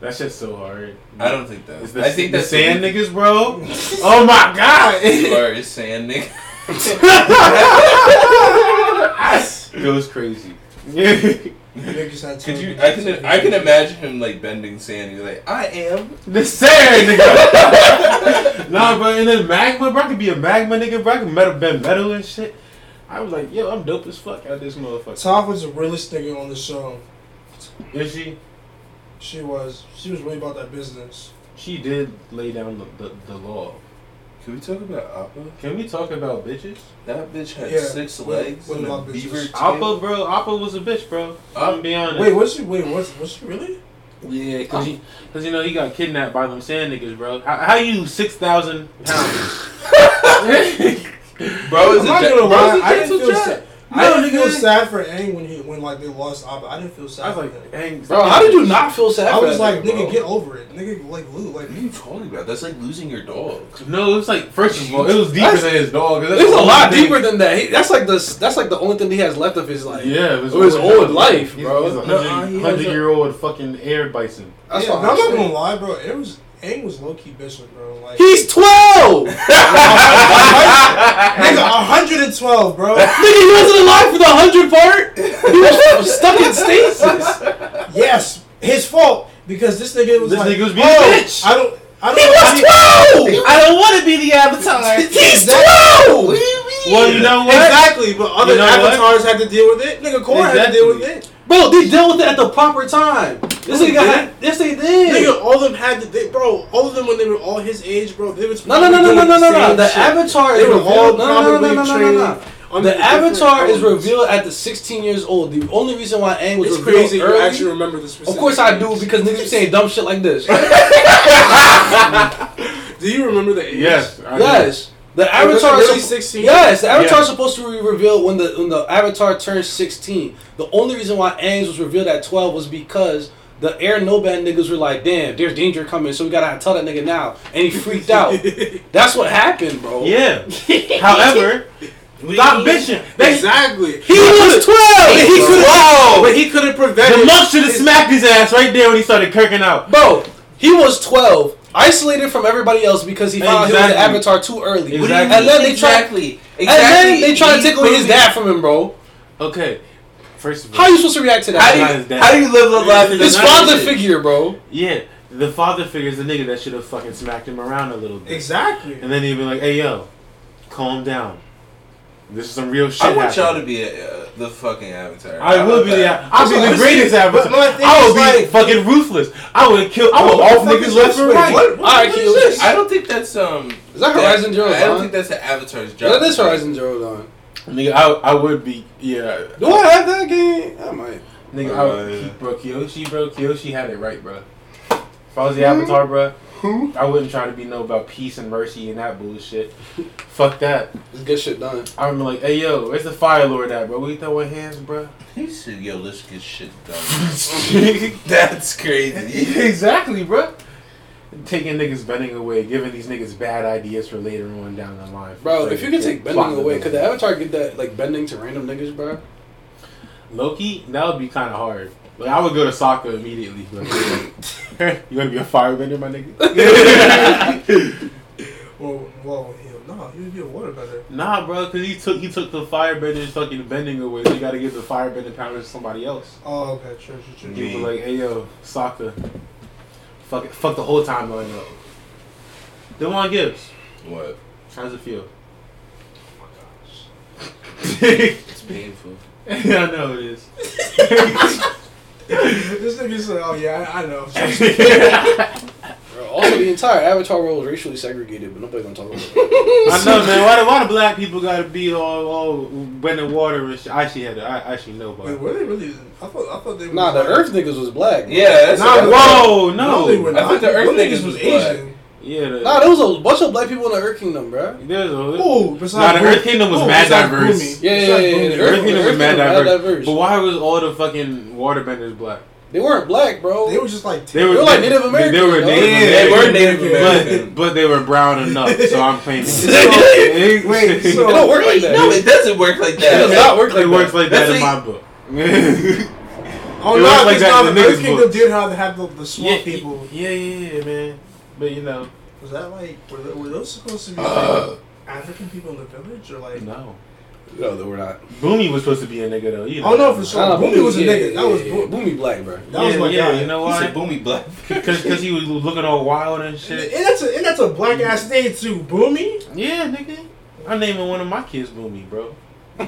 Speaker 1: That shit's so hard.
Speaker 4: I don't think that.
Speaker 1: Is the,
Speaker 4: I think
Speaker 1: the
Speaker 4: that's
Speaker 1: sand
Speaker 4: the-
Speaker 1: niggas, bro. oh my
Speaker 4: You
Speaker 1: god.
Speaker 4: are a sand nigga.
Speaker 1: Goes crazy.
Speaker 4: Could you? I can. I can imagine him like bending sand. You're like, I am.
Speaker 1: The sand, nigga. nah, bro, and then magma, bro. I could be a magma, nigga, bro. I could metal, bend metal and shit. I was like, yo, I'm dope as fuck out this motherfucker.
Speaker 2: Toph was the realest nigga on the show.
Speaker 1: And she,
Speaker 2: She was. She was really about that business.
Speaker 1: she did lay down the, the, the law.
Speaker 4: Can we talk about Appa?
Speaker 1: Can we talk about bitches?
Speaker 4: That bitch had
Speaker 2: Yeah,
Speaker 4: six
Speaker 2: what-
Speaker 4: legs
Speaker 2: what
Speaker 4: and a
Speaker 2: about bitches?
Speaker 4: beaver tail.
Speaker 1: Appa, bro. Appa was a bitch, bro. I'm beyond
Speaker 2: Wait, was she? Wait, was was she really?
Speaker 1: Yeah, cause, he, cause you know he got kidnapped by them sand niggas, bro. How, how you six thousand pounds?
Speaker 4: Bro, is
Speaker 2: I'm
Speaker 4: it
Speaker 2: not
Speaker 4: Jack-
Speaker 2: gonna
Speaker 4: bro,
Speaker 2: lie.
Speaker 4: is it
Speaker 2: I didn't
Speaker 4: Jackson
Speaker 2: feel
Speaker 4: Jack?
Speaker 2: sad. I
Speaker 1: No,
Speaker 2: didn't feel
Speaker 1: nigga.
Speaker 2: sad for Aang when he when like they lost. Abba. I didn't feel
Speaker 1: I was
Speaker 2: sad. for
Speaker 1: like,
Speaker 2: him.
Speaker 1: dang.
Speaker 5: Bro, how did you not feel sad?
Speaker 2: I
Speaker 5: for
Speaker 2: was
Speaker 5: that
Speaker 2: like,
Speaker 5: bro?
Speaker 2: nigga, get over it, nigga. Like, Lou, like,
Speaker 4: What are you talking about? That's like losing your dog.
Speaker 1: No, it was like first of all, it was deeper
Speaker 5: That's-
Speaker 1: than his dog. 'cause that's
Speaker 3: It's
Speaker 1: the
Speaker 3: a
Speaker 1: only
Speaker 3: lot
Speaker 1: thing-
Speaker 3: deeper than that. He, that's like the that's like the only thing he has left of his life.
Speaker 1: Yeah, it was,
Speaker 5: It was old life, bro.
Speaker 1: He's, he's
Speaker 5: No,
Speaker 1: a
Speaker 5: uh, he
Speaker 1: hundred
Speaker 5: has a-
Speaker 1: year old fucking air bison.
Speaker 5: That's
Speaker 2: yeah,
Speaker 5: what
Speaker 2: I'm not
Speaker 5: saying.
Speaker 2: gonna lie, bro. It was Aang was low key bitching, bro. Like,
Speaker 3: He's twelve. nigga,
Speaker 2: nigga, 112, bro.
Speaker 3: he wasn't alive for the hundred part. He was stuck in stasis.
Speaker 2: yes, his fault because this nigga was
Speaker 1: This
Speaker 2: like,
Speaker 1: nigga was being
Speaker 2: "Oh,
Speaker 1: a bitch."
Speaker 2: I don't, I don't.
Speaker 3: He was twelve.
Speaker 6: I don't want to be the avatar.
Speaker 3: He's twelve.
Speaker 1: Well, you know what?
Speaker 2: Exactly, but other
Speaker 1: You know what?
Speaker 2: avatars had to deal with it. Nigga, Korra had to deal with it.
Speaker 3: Bro, they dealt with it at the proper time. This
Speaker 2: No, they
Speaker 3: nigga had. Yes, they did.
Speaker 2: Nigga, all of them had to. They, bro, all of them when they were all his age, bro, they was
Speaker 3: No, no, no, no, no, no, no, no.
Speaker 2: doing
Speaker 3: The
Speaker 2: same shit.
Speaker 3: avatar
Speaker 2: They
Speaker 3: is
Speaker 2: were all
Speaker 3: revealed. No, no, no,
Speaker 2: probably
Speaker 3: no, no, no, no, no.
Speaker 2: trained. under
Speaker 3: The
Speaker 2: different
Speaker 3: avatar is
Speaker 2: elements.
Speaker 3: revealed at the 16 years old. The only reason why Aang was
Speaker 2: It's
Speaker 3: revealed
Speaker 2: crazy.
Speaker 3: early.
Speaker 2: You actually remember this?
Speaker 3: of course I do because niggas be saying dumb shit like this.
Speaker 2: Do you remember the age?
Speaker 1: Yes. I
Speaker 3: yes, the
Speaker 2: Like, was it
Speaker 3: avatar. is
Speaker 2: really
Speaker 3: supp-
Speaker 2: 16?
Speaker 3: Yes, the avatar is
Speaker 1: Yeah.
Speaker 3: supposed to be revealed when the when the avatar turns 16. The only reason why Aang's was revealed at 12 was because. The Air Noban niggas were like, damn, there's danger coming, so we gotta tell that nigga now. And he freaked out. That's what happened, bro.
Speaker 1: Yeah. However, stop bitching. They,
Speaker 2: Exactly.
Speaker 3: He was 12! and he could've-
Speaker 1: Whoa!
Speaker 2: But he could have prevented.
Speaker 1: The monk should have smacked his ass right there when he started kirking out.
Speaker 3: Bro, he was 12, isolated from everybody else because he found out he
Speaker 1: Exactly.
Speaker 3: was an avatar too early.
Speaker 1: Exactly.
Speaker 3: And then they try,
Speaker 6: exactly.
Speaker 3: and then they try to
Speaker 6: These
Speaker 3: take away his
Speaker 6: movies-
Speaker 3: dad from him, bro.
Speaker 1: Okay. First of all,
Speaker 3: How are you supposed to react to
Speaker 6: How do
Speaker 3: that?
Speaker 1: Not
Speaker 6: you
Speaker 1: his dad.
Speaker 6: how do you live a life? that
Speaker 1: His
Speaker 3: His
Speaker 6: doesn't
Speaker 3: father
Speaker 6: exist?
Speaker 3: figure, bro.
Speaker 1: yeah, the father figure is the nigga that should have fucking smacked him around a little bit.
Speaker 2: Exactly.
Speaker 1: And then he'd be like, "Hey yo, calm down. This is some real shit."
Speaker 4: I want y'all
Speaker 1: happening."
Speaker 4: to be uh, the fucking avatar.
Speaker 1: I will be the. I'll be the
Speaker 2: That's what I
Speaker 1: greatest
Speaker 2: said. But
Speaker 1: avatar.
Speaker 2: my
Speaker 1: I
Speaker 2: thing
Speaker 1: will
Speaker 2: is,
Speaker 1: be
Speaker 2: like-
Speaker 1: fucking ruthless. I would kill. I would off niggas left and right.
Speaker 2: What?
Speaker 3: All right, Keely. Is
Speaker 4: I don't think that's um.
Speaker 5: Is that Horizon Zero
Speaker 4: I don't
Speaker 5: Dawn?
Speaker 4: think that's the avatar's job.
Speaker 5: Yeah, this Horizon Zero Dawn.
Speaker 1: Nigga, I, I would be. Yeah.
Speaker 5: Do I have that game? I might.
Speaker 1: Nigga,
Speaker 4: Uh,
Speaker 1: I would,
Speaker 4: yeah.
Speaker 1: bro, Kyoshi, bro, Kyoshi had it right, bro. If I was the Avatar, bro,
Speaker 5: Who?
Speaker 1: I wouldn't try to be no about peace and mercy and that bullshit. Fuck that.
Speaker 5: Let's get shit done.
Speaker 1: I remember like, hey yo, where's the Fire Lord at, bro? We throwing hands, bro.
Speaker 4: He said, "Yo, let's get shit done." that's crazy.
Speaker 1: exactly, bro. Taking niggas bending away, giving these niggas bad ideas for later on down the line.
Speaker 5: Bro,
Speaker 1: Like,
Speaker 5: if you could take
Speaker 1: plotting
Speaker 5: bending away,
Speaker 1: them.
Speaker 5: could the Avatar get that like bending to random niggas, bro?
Speaker 1: Loki, that would be kind of hard. Like I would go to Sokka immediately. Bro. you want to be a firebender, my nigga?
Speaker 2: Well, well, hell, no, he would be a waterbender.
Speaker 1: nah, bro, because he took he took the firebender's fucking bending away. So you got to give the firebender powers to somebody else.
Speaker 2: Oh, okay, sure, sure, sure.
Speaker 1: You
Speaker 4: Me.
Speaker 1: be like, hey yo, Sokka, fuck it, fuck the whole timeline up. Demon Gibbs,
Speaker 4: what?
Speaker 1: how's it feel?
Speaker 4: It's painful.
Speaker 1: I know it is.
Speaker 2: this nigga said, "Oh yeah, I, I know."
Speaker 5: Bro, also, the entire Avatar world is racially segregated, but nobody gonna talk about it.
Speaker 1: I know, man. Why do, why do black people gotta be all all wet in water and shit? I actually had to. I I actually know about.
Speaker 2: Wait,
Speaker 1: it.
Speaker 2: were they really? I thought, I thought they.
Speaker 5: nah, the
Speaker 2: was like-
Speaker 5: Earth niggas was black. bro.
Speaker 4: Yeah, that's
Speaker 2: Nah,
Speaker 4: that's-
Speaker 1: Whoa,
Speaker 2: No, they were
Speaker 1: no.
Speaker 2: not.
Speaker 4: I thought the Earth
Speaker 2: Them
Speaker 4: niggas was black.
Speaker 1: Yeah, the,
Speaker 5: Nah, there was a bunch of black people in the Earth Kingdom, bro.
Speaker 1: there's a.
Speaker 2: Oh,
Speaker 1: Nah,
Speaker 2: besides
Speaker 1: the Earth Kingdom was
Speaker 2: Oh,
Speaker 1: mad
Speaker 2: besides
Speaker 1: diverse.
Speaker 2: Boomy.
Speaker 5: Yeah, yeah, yeah. yeah. The
Speaker 1: The Earth
Speaker 5: Earth,
Speaker 1: Kingdom was mad
Speaker 5: diverse.
Speaker 1: diverse. But why was all the fucking waterbenders black?
Speaker 5: They weren't black, bro.
Speaker 2: they were just like
Speaker 1: They were,
Speaker 5: They were like Native Americans,
Speaker 1: They were
Speaker 5: though.
Speaker 1: Native
Speaker 5: Yeah,
Speaker 4: They were
Speaker 1: Americans,
Speaker 4: Native
Speaker 1: but
Speaker 4: American.
Speaker 1: but they were brown enough, so I'm playing.
Speaker 2: Wait, so-
Speaker 5: it don't work like
Speaker 4: Wait,
Speaker 5: that.
Speaker 4: no, it doesn't work like
Speaker 5: It does
Speaker 4: that.
Speaker 5: not work like
Speaker 1: it works like that
Speaker 4: That's
Speaker 1: in
Speaker 4: like-
Speaker 1: my book. yeah,
Speaker 2: Oh
Speaker 1: It
Speaker 2: no,
Speaker 1: was like
Speaker 2: like
Speaker 1: that in
Speaker 2: the
Speaker 1: the
Speaker 2: Earth
Speaker 1: niggas'
Speaker 2: Kingdom
Speaker 1: books.
Speaker 2: did have to have the, the swamp people.
Speaker 1: yeah, yeah, man. But you know,
Speaker 2: Was that like were, tho- were those supposed to be like, African people in the village or like?
Speaker 1: Uh, no.
Speaker 5: No, they were not.
Speaker 1: Boomy was supposed to be a nigga though. You know.
Speaker 2: Oh no, for sure.
Speaker 6: Uh,
Speaker 5: Nah,
Speaker 2: Boomy was a
Speaker 5: yeah,
Speaker 2: nigga.
Speaker 5: yeah,
Speaker 2: that was
Speaker 5: yeah,
Speaker 2: Bo-
Speaker 5: yeah. Boomy black, bro.
Speaker 2: that was
Speaker 1: yeah,
Speaker 2: my
Speaker 1: yeah,
Speaker 2: guy.
Speaker 1: you know
Speaker 4: He said,
Speaker 1: why?
Speaker 4: "Boomy black."
Speaker 1: Because he was looking all wild and
Speaker 2: And,
Speaker 1: shit.
Speaker 2: and that's a and that's a black ass name too. Boomy.
Speaker 1: Yeah, nigga. I'm naming one of my kids Boomy, bro.
Speaker 4: No,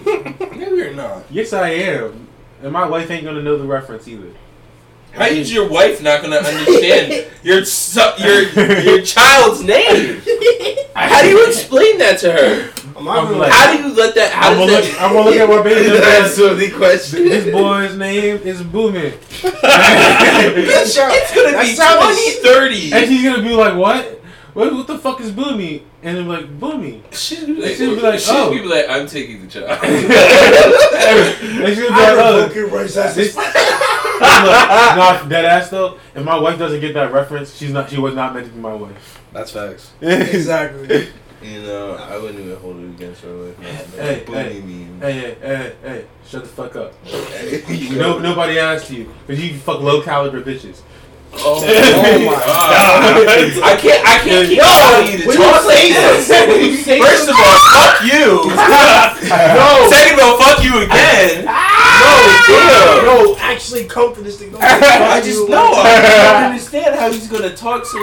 Speaker 4: you're not.
Speaker 1: Yes, I am. And my wife ain't gonna know the reference either.
Speaker 4: How is your wife not gonna understand your so- your your child's name? How do you explain that to her?
Speaker 2: Am I
Speaker 1: I'm
Speaker 2: really-
Speaker 1: like-
Speaker 4: How do you let that? How
Speaker 1: I'm
Speaker 4: does
Speaker 1: gonna,
Speaker 4: that?
Speaker 1: look, I'm gonna look at my baby. and be like,
Speaker 4: the question.
Speaker 1: This boy's name is Boomy,
Speaker 4: it's gonna
Speaker 2: That
Speaker 4: be
Speaker 2: sounds-
Speaker 4: 20, 30.
Speaker 1: and she's gonna be like, "What? what, what the fuck is Boomy? And I'm like, Boomy.
Speaker 4: She'd be like,
Speaker 1: She'd be like,
Speaker 4: she'd
Speaker 1: oh.
Speaker 4: be like, I'm taking the job.
Speaker 1: And she was like,
Speaker 2: I
Speaker 1: oh,
Speaker 2: revoke your rights as
Speaker 1: this- I'm like, nah, dead ass though. If my wife doesn't get that reference, she's not. She was not meant to be my wife.
Speaker 5: That's facts.
Speaker 1: hey,
Speaker 2: Exactly.
Speaker 4: you know, I wouldn't even hold it against her. Like,
Speaker 1: Hey,
Speaker 4: hey,
Speaker 1: hey.
Speaker 4: meme.
Speaker 1: hey, hey, hey! Shut the fuck up.
Speaker 4: You
Speaker 1: No,
Speaker 4: know-
Speaker 1: nobody asked you, but you fuck low caliber bitches.
Speaker 4: Oh, oh my god! I can't. I can't keep telling you to talk like this. First of all, fuck you. no. Second of all, fuck you again. no, damn.
Speaker 2: no, actually come to this thing. Don't
Speaker 4: I just know. I
Speaker 6: I don't understand how he's gonna talk so.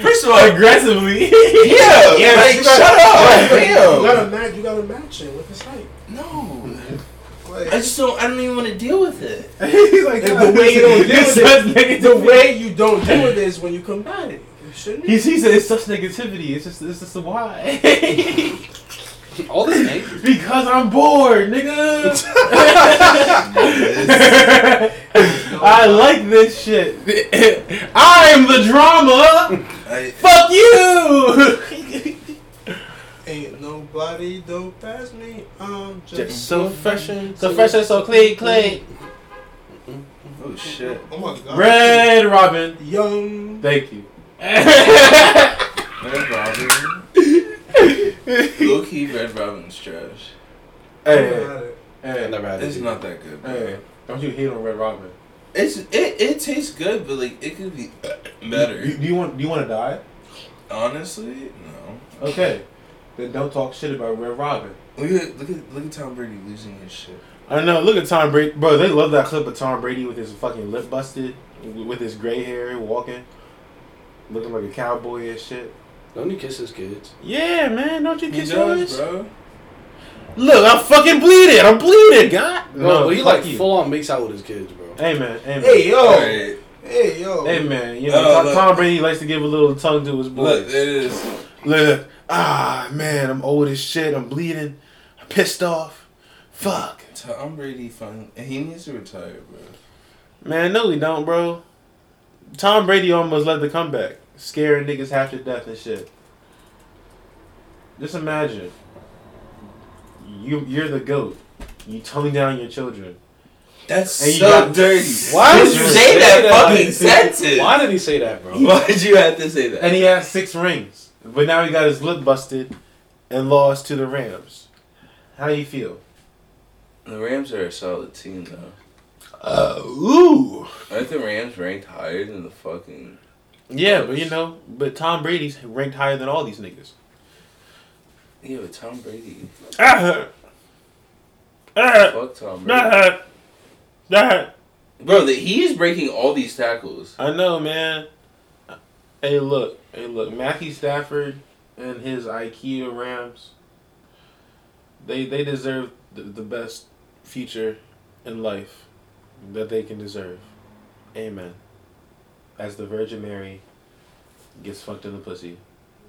Speaker 4: First of all,
Speaker 1: Aggressively.
Speaker 4: yeah.
Speaker 1: Yeah,
Speaker 4: like,
Speaker 1: she
Speaker 4: shut
Speaker 1: got-
Speaker 4: up.
Speaker 2: You
Speaker 4: Damn.
Speaker 2: gotta match. You gotta match it with his height.
Speaker 4: No. I
Speaker 2: Like,
Speaker 4: just don't. I don't even want to deal with it.
Speaker 1: He's like,
Speaker 2: And the way you don't do
Speaker 1: it's
Speaker 2: it-
Speaker 1: such negativity.
Speaker 2: the way you don't do it is when you combat it. You shouldn't.
Speaker 1: He's, he said it's such negativity. It's just it's just a why.
Speaker 5: All this anger.
Speaker 1: because I'm bored, nigga. I like this shit. I'm the drama.
Speaker 4: I,
Speaker 1: Fuck you.
Speaker 2: Ain't nobody don't pass me. I'm just.
Speaker 1: so fresh and Mm-hmm. so fresh and so clean, clean.
Speaker 4: oh shit.
Speaker 2: Oh my god.
Speaker 1: Red Robin.
Speaker 2: Young.
Speaker 1: Thank you.
Speaker 4: Red Robin. Low key, Red Robin's trash.
Speaker 1: hey, hey,
Speaker 5: Never had
Speaker 4: It's
Speaker 5: it.
Speaker 4: not that good. Bro.
Speaker 1: hey. Don't you hate on Red Robin?
Speaker 4: It's it, it tastes good, but like it could be
Speaker 1: Do,
Speaker 4: better.
Speaker 1: do you want do you want to die?
Speaker 4: Honestly, no.
Speaker 1: Okay, then don't talk shit about Red Robin.
Speaker 4: Look at look at look at Tom Brady losing his shit.
Speaker 1: I know. Look at Tom Brady, bro. They love that clip of Tom Brady with his fucking lip busted, with his gray hair, walking, looking like a cowboy and shit.
Speaker 5: Don't you kiss his kids?
Speaker 1: Yeah, man. Don't you
Speaker 4: He
Speaker 1: kiss
Speaker 4: does,
Speaker 1: yours?
Speaker 4: bro.
Speaker 1: Look, I'm fucking bleeding. I'm bleeding, God.
Speaker 5: Bro, but he
Speaker 1: fuck
Speaker 5: like full on makes out with his kids, bro.
Speaker 1: Hey man, hey man,
Speaker 2: Hey
Speaker 4: All
Speaker 2: yo.
Speaker 4: right,
Speaker 2: Hey yo.
Speaker 1: hey, man. You know,
Speaker 4: Uh,
Speaker 1: Tom-
Speaker 4: look.
Speaker 1: Tom Brady likes to give a little tongue to his
Speaker 4: look,
Speaker 1: boys.
Speaker 4: it is.
Speaker 1: Look, ah man, I'm old as shit. I'm bleeding. I'm pissed off. Fuck,
Speaker 4: Tom Brady fun. He needs to retire, bro.
Speaker 1: man. No, we don't, bro. Tom Brady almost led the comeback, scaring niggas half to death and shit. Just imagine, you you're the goat. You toning down your children.
Speaker 4: That's
Speaker 1: And you
Speaker 4: so
Speaker 1: got-
Speaker 4: dirty.
Speaker 5: Why
Speaker 4: Why
Speaker 1: would
Speaker 4: did you
Speaker 1: you
Speaker 4: say
Speaker 1: say
Speaker 4: that,
Speaker 1: that?
Speaker 4: fucking sentence?
Speaker 5: Why did he say that, bro?
Speaker 4: Why did you have to say that?
Speaker 1: And he has six rings. But now he got his lip busted and lost to the Rams. How you feel?
Speaker 4: the Rams are a solid team, though.
Speaker 1: Uh, ooh.
Speaker 4: Aren't the Rams ranked higher than the fucking?
Speaker 1: Yeah, but you know, but Tom Brady's ranked higher than all these niggas.
Speaker 4: Yeah, but Tom Brady.
Speaker 1: That hurt. That hurt.
Speaker 4: Fuck Tom Brady.
Speaker 1: That hurt. That hurt.
Speaker 4: Bro, the, he is breaking all these tackles.
Speaker 1: I know, man. Hey, look. Hey, look. Matthew Stafford and his IKEA Rams, they, they deserve the, the best future in life that they can deserve. Amen. As the Virgin Mary gets fucked in the pussy.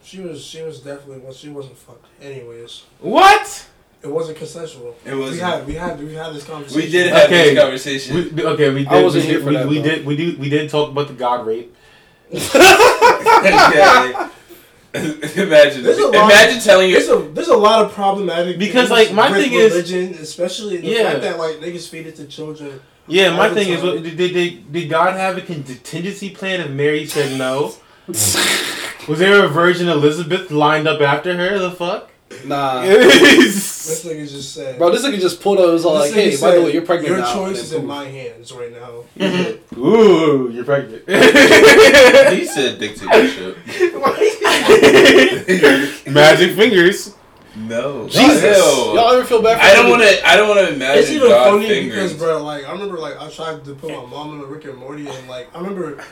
Speaker 2: She was. She was definitely. Well, she wasn't fucked. Anyways,
Speaker 1: What?
Speaker 2: it wasn't consensual.
Speaker 4: It
Speaker 2: We had. We had. We had this conversation.
Speaker 4: We did have
Speaker 1: Okay.
Speaker 4: this conversation.
Speaker 1: We, okay, we did.
Speaker 5: I wasn't
Speaker 1: we,
Speaker 5: here
Speaker 1: did-
Speaker 5: for
Speaker 1: we,
Speaker 5: that,
Speaker 1: we
Speaker 5: though.
Speaker 1: did. We do. We did talk about the God rape.
Speaker 4: okay. imagine
Speaker 2: There's a lot-
Speaker 4: imagine telling you
Speaker 2: There's a there's a lot of problematic
Speaker 1: Because,
Speaker 2: things
Speaker 1: like, my
Speaker 2: with
Speaker 1: thing is-
Speaker 2: religion, especially the
Speaker 1: Yeah.
Speaker 2: fact that like niggas feed it to children.
Speaker 1: Yeah,
Speaker 2: All
Speaker 1: my
Speaker 2: the
Speaker 1: thing is,
Speaker 2: time.
Speaker 1: what, did, did did God have a contingency plan if Mary said no? Was there a Virgin Elizabeth lined up after her? The fuck? Uh,
Speaker 5: Nah.
Speaker 2: This
Speaker 1: That's
Speaker 2: nigga just said.
Speaker 5: Bro, this nigga just pulled up and was all
Speaker 2: This
Speaker 5: like, hey,
Speaker 2: nigga
Speaker 5: by the way,
Speaker 2: said,
Speaker 5: you're pregnant
Speaker 2: Your
Speaker 5: now. And
Speaker 2: choice is in
Speaker 5: boom.
Speaker 2: my hands right now.
Speaker 4: Mm-hmm.
Speaker 1: Ooh, you're pregnant.
Speaker 4: he said dictatorship.
Speaker 1: Magic fingers.
Speaker 4: no.
Speaker 1: Jesus.
Speaker 4: Ew.
Speaker 5: Y'all ever feel bad for
Speaker 4: I don't
Speaker 5: niggas?
Speaker 4: wanna I don't wanna
Speaker 2: It's
Speaker 4: imagine
Speaker 2: even
Speaker 4: God
Speaker 2: funny
Speaker 4: fingers.
Speaker 2: because, bro, like I remember, like I tried to put my mom in a Rick and Morty, and like I remember,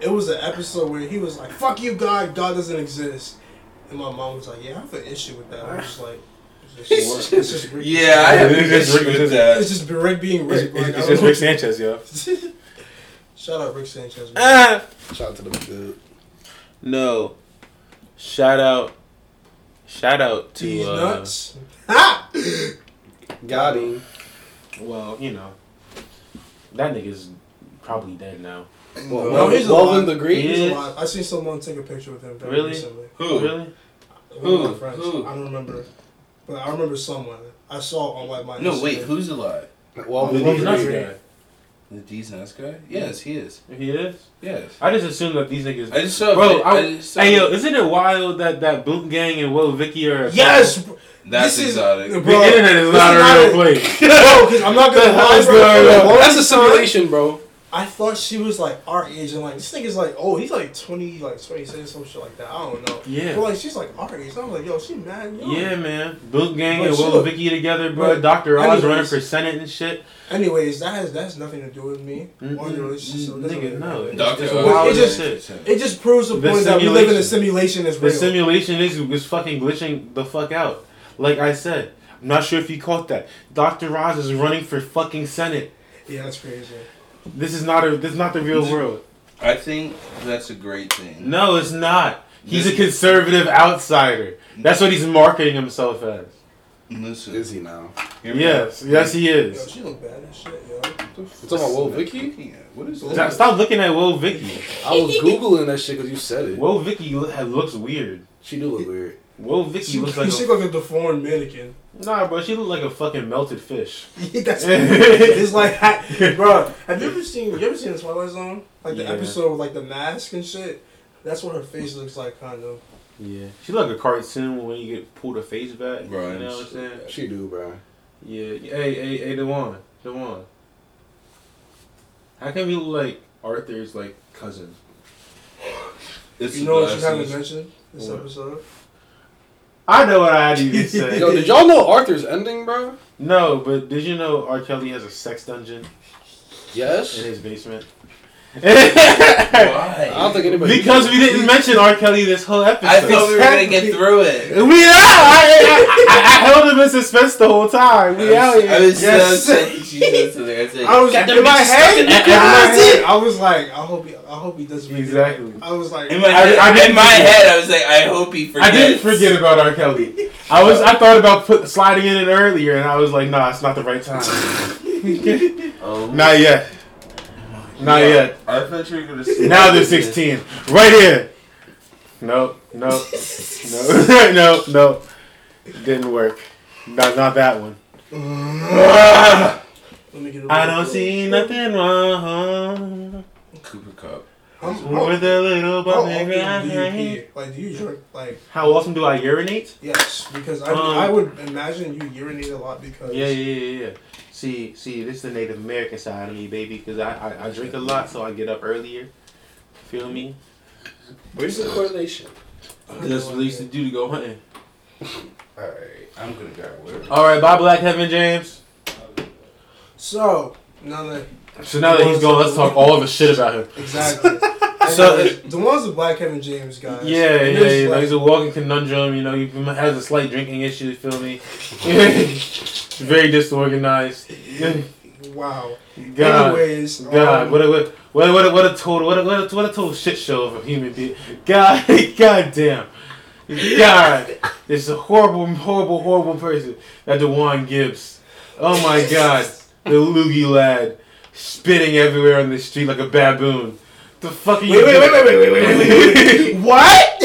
Speaker 2: it was an episode where he was like, "Fuck you, God, God doesn't exist," and my mom was like, "Yeah, I have an issue with that." I was just like, "It's just, it's just Rick."
Speaker 4: yeah, I have an
Speaker 1: It's just
Speaker 4: issue
Speaker 1: Rick-
Speaker 4: with
Speaker 2: it's
Speaker 4: that.
Speaker 2: just Rick being Rick. Like, I
Speaker 1: It's
Speaker 2: don't
Speaker 1: just Rick Sanchez, yo.
Speaker 2: know. Shout out Rick Sanchez. Man.
Speaker 1: Ah,
Speaker 5: Shout out to the good.
Speaker 1: no. Shout out. Shout out
Speaker 2: These
Speaker 1: to. Uh,
Speaker 2: nuts. Ha!
Speaker 5: Got him.
Speaker 1: well, you know, that nigga's probably dead now.
Speaker 5: Well,
Speaker 2: No, he's
Speaker 5: Woven
Speaker 2: alive.
Speaker 5: the Greek.
Speaker 2: He's
Speaker 1: Yeah.
Speaker 2: alive. I seen someone take a picture with him very
Speaker 1: Really?
Speaker 2: recently.
Speaker 4: Who?
Speaker 1: Really?
Speaker 2: One of
Speaker 4: Who?
Speaker 2: my friends.
Speaker 4: Who?
Speaker 2: I don't remember, but I remember someone. I saw on like my
Speaker 4: No, wait,
Speaker 2: Instagram.
Speaker 4: who's alive?
Speaker 3: Oh,
Speaker 5: Woven
Speaker 1: Well, he's
Speaker 5: the
Speaker 1: not
Speaker 5: Greek.
Speaker 1: gay.
Speaker 4: The D's nice guy? Yes, he is.
Speaker 1: If he is,
Speaker 4: Yes.
Speaker 1: I just assume that these niggas.
Speaker 4: I just saw.
Speaker 1: Bro, I,
Speaker 4: just saw-
Speaker 1: hey yo, isn't it wild that that Boot Gang and Will Vicky are?
Speaker 2: Yes, bro.
Speaker 4: That's
Speaker 2: This is-
Speaker 4: exotic.
Speaker 1: the internet is not
Speaker 2: this
Speaker 1: a real
Speaker 2: is
Speaker 1: place.
Speaker 2: Bro, 'cause I'm not gonna lie, bro.
Speaker 5: That's a simulation, bro.
Speaker 2: I thought she was like our age, and like this nigga's like, oh, he's like 20, like 26, some shit like that. I don't know.
Speaker 1: Yeah.
Speaker 2: But like she's like our age. I was like, yo, she mad. Young.
Speaker 1: Yeah, man. Boot Gang
Speaker 2: Bro,
Speaker 1: and
Speaker 2: she
Speaker 1: Will
Speaker 2: look-
Speaker 1: Vicky together, bro.
Speaker 2: Bro,
Speaker 1: Dr. Oz
Speaker 2: anyways.
Speaker 1: running for Senate and shit.
Speaker 2: Anyways, that has that's nothing to do with me or
Speaker 1: Mm-mm.
Speaker 2: your relationship. so it doesn't
Speaker 1: Nigga,
Speaker 2: really
Speaker 1: no.
Speaker 2: matter.
Speaker 4: Doctor
Speaker 1: It's
Speaker 2: Oz.
Speaker 1: wild
Speaker 2: It
Speaker 1: as
Speaker 2: just-
Speaker 1: shit.
Speaker 2: It just proves the,
Speaker 1: The
Speaker 2: point that we live in a
Speaker 1: simulation.
Speaker 2: simulation is
Speaker 1: The
Speaker 2: real.
Speaker 1: simulation is is fucking glitching the fuck out. Like I said, I'm not sure if you caught that. Dr. Oz is running for fucking Senate.
Speaker 2: yeah, that's crazy.
Speaker 1: This is not a. This is not the real world.
Speaker 4: I think that's a great thing.
Speaker 1: No, it's not. He's a
Speaker 4: This-
Speaker 1: conservative outsider. That's what he's marketing himself as.
Speaker 4: Listen.
Speaker 5: Is he now?
Speaker 4: hear me out.
Speaker 1: Yes, yes, he
Speaker 2: Yo,
Speaker 1: is.
Speaker 2: she look bad as shit, yo.
Speaker 5: It's on my Will Vicky.
Speaker 4: What is
Speaker 1: Stop- Stop looking at Will Vicky.
Speaker 5: I was googling that shit because you said it.
Speaker 1: Will Vicky lo- ha- looks weird.
Speaker 5: She do look weird.
Speaker 1: Will Vicky
Speaker 2: She,
Speaker 1: looks like
Speaker 2: she
Speaker 1: a,
Speaker 2: look like a deformed mannequin.
Speaker 1: nah, bro. She looked like a fucking melted fish.
Speaker 2: That's it's like, bro. Have you ever seen? You ever seen the Twilight Zone? Like the
Speaker 1: Yeah.
Speaker 2: episode with like the mask and shit. That's what her face looks like, kind of.
Speaker 1: Yeah, she look like a cartoon when you get pulled her face back.
Speaker 4: Bro,
Speaker 1: you know what I'm
Speaker 4: it's-
Speaker 1: saying?
Speaker 5: She do, bro.
Speaker 1: Yeah. Hey, hey, hey, the one, the one. How come you look like Arthur's like cousin?
Speaker 4: It's
Speaker 2: you know what you
Speaker 4: glasses.
Speaker 2: haven't mentioned this
Speaker 1: What?
Speaker 2: episode?
Speaker 1: I know what I had to even say.
Speaker 5: Yo, did y'all know Arthur's ending, bro?
Speaker 1: No, but did you know R. Kelly has a sex dungeon in
Speaker 5: Yes.
Speaker 1: his basement?
Speaker 4: Why?
Speaker 5: I don't think anybody.
Speaker 1: because we didn't mention R. Kelly this whole episode.
Speaker 4: I thought we were gonna get through it.
Speaker 1: We out! I, I, I held him in suspense the whole time. We out here.
Speaker 4: I uh, was so
Speaker 1: Yes.
Speaker 4: upset that she said something. I said,
Speaker 2: I was
Speaker 1: in my head.
Speaker 2: in my head, I was like, I hope he, I hope he doesn't. forget.
Speaker 1: Exactly.
Speaker 2: I was like,
Speaker 4: in my,
Speaker 1: I-
Speaker 4: head,
Speaker 1: I didn't
Speaker 4: in my
Speaker 1: forget.
Speaker 4: head, I was like, I hope he
Speaker 1: I
Speaker 4: forgets.
Speaker 1: didn't forget about R. Kelly. I was I thought about put, sliding in it earlier, and I was like, nah, it's not the right time.
Speaker 4: Oh.
Speaker 1: not yet. Not
Speaker 4: Yeah.
Speaker 1: yet.
Speaker 4: I thought you were gonna say
Speaker 1: Now they're 16. Right here. No, no, no, no, no. Didn't work. Not, not that one.
Speaker 2: let me get a
Speaker 1: I
Speaker 2: little-
Speaker 1: don't see nothing wrong
Speaker 4: Cooper Cup.
Speaker 2: I'm, I'm,
Speaker 1: with a little
Speaker 2: how
Speaker 1: bump
Speaker 2: often
Speaker 1: in
Speaker 2: do you
Speaker 1: my
Speaker 2: pee?
Speaker 1: hand.
Speaker 2: Like, do you drink? Like,
Speaker 1: How often do I urinate?
Speaker 2: yes, because I,
Speaker 1: Um,
Speaker 2: I would imagine you urinate a lot because
Speaker 1: Yeah, yeah, yeah, yeah. See, see, this is the Native American side of me, baby, because I, I, I drink a lot, so I get up earlier. Feel me?
Speaker 5: Where's the correlation?
Speaker 1: That's what they used to do to go hunting.
Speaker 5: All right, I'm gonna grab whatever.
Speaker 1: All right, bye, Black Heaven James.
Speaker 2: So now that
Speaker 1: So now that he's gone, let's talk all the shit about him.
Speaker 2: exactly. And
Speaker 1: So-
Speaker 2: the- the one's the black Kevin James guy.
Speaker 1: Yeah, yeah, yeah. you know, he's a walking conundrum. You know, he has a slight drinking issue. Feel me? Very disorganized.
Speaker 2: wow.
Speaker 1: God,
Speaker 2: Anyways,
Speaker 1: God,
Speaker 2: um,
Speaker 1: what a what a, what a, what a total what a, what a, what a total shit show of a human being. God, God damn. God, this is a horrible, horrible, horrible person. That Dewan Gibbs. Oh my God, the loogie lad, spitting everywhere on the street like a baboon. The fuck are you?
Speaker 2: Wait, wait, wait, wait, wait, wait, wait, wait,
Speaker 1: wait, wait. what?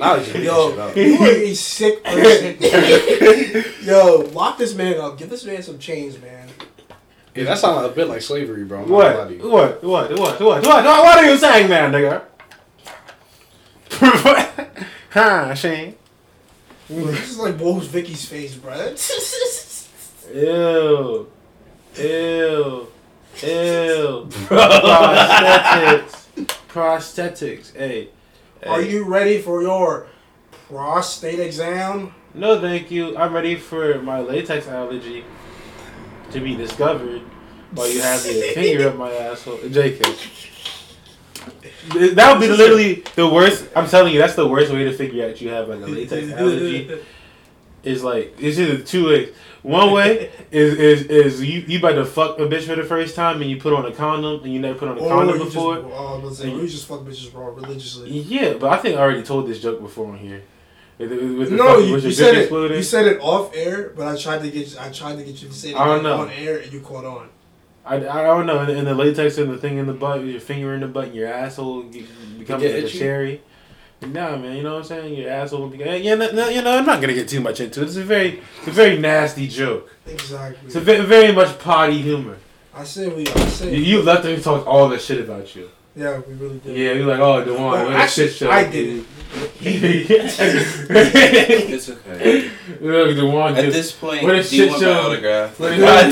Speaker 5: now he's just making
Speaker 2: Yo.
Speaker 5: shit up.
Speaker 2: you are a sick person. Yo, lock this man up. Give this man some change, man.
Speaker 5: Yeah, that sounds like a bit like slavery, bro. I'm not gonna lie
Speaker 1: What?
Speaker 5: to
Speaker 1: What?
Speaker 5: you.
Speaker 1: What? What? What? What? What? What are you saying, man, nigga? huh, Shane?
Speaker 2: Bro, this is like Wolves Vicky's face, bro.
Speaker 1: Ew. Ew. Ew. Prosthetics. Prosthetics. Hey.
Speaker 2: Are
Speaker 1: Hey.
Speaker 2: you ready for your prostate exam?
Speaker 1: No, thank you. I'm ready for my latex allergy to be discovered while you have your finger up my asshole. JK. That would be literally the worst. I'm telling you, that's the worst way to figure out you have like a latex allergy. Is like it's either two ways. One way is is is you you about to fuck a bitch for the first time and you put on a condom and you never put on a condom
Speaker 2: you
Speaker 1: before.
Speaker 2: just, oh, let's say, you just fuck bitches raw religiously.
Speaker 1: Yeah, but I think I already told this joke before on here. With the- with the
Speaker 2: No,
Speaker 1: fucking-
Speaker 2: you,
Speaker 1: with
Speaker 2: you
Speaker 1: your
Speaker 2: said
Speaker 1: dick
Speaker 2: it.
Speaker 1: exploding.
Speaker 2: You said it off air, but I tried to get I tried to get you to say it
Speaker 1: I don't know.
Speaker 2: on air, and you caught on.
Speaker 1: I, I don't know. And, and the latex and the thing in the butt, your finger in the butt, and your asshole get- becomes
Speaker 3: Get
Speaker 1: like a
Speaker 3: itchy?
Speaker 1: cherry. Nah, man, you know what I'm saying. Your asshole. Be, eh, yeah, no, no, you know, I'm not gonna get too much into it. It's a very, it's a very nasty joke. It's a
Speaker 2: Exactly.
Speaker 1: ve- very much potty humor.
Speaker 2: I said we. I said.
Speaker 1: You, you let them talk all that shit about you.
Speaker 2: yeah, we really did.
Speaker 1: Yeah, you're like, oh, Dewan,
Speaker 2: Well,
Speaker 1: what a
Speaker 2: actually,
Speaker 1: shit show.
Speaker 2: I did
Speaker 1: it.
Speaker 4: It's okay.
Speaker 1: Look, Dewan
Speaker 4: At
Speaker 1: just.
Speaker 4: this point,
Speaker 1: What a
Speaker 4: do you
Speaker 1: shit
Speaker 4: want
Speaker 1: show.
Speaker 4: my autograph?
Speaker 1: What
Speaker 4: Goddamn.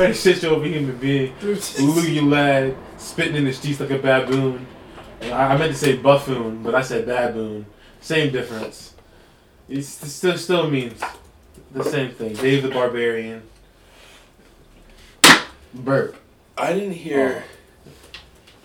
Speaker 1: a shit show of a human being.
Speaker 2: it.
Speaker 1: Loogie lad spitting in the streets like a baboon. And I, I meant to say buffoon, but I said baboon. Same difference. It still still means the same thing. Dave the Barbarian. Burp.
Speaker 4: I didn't hear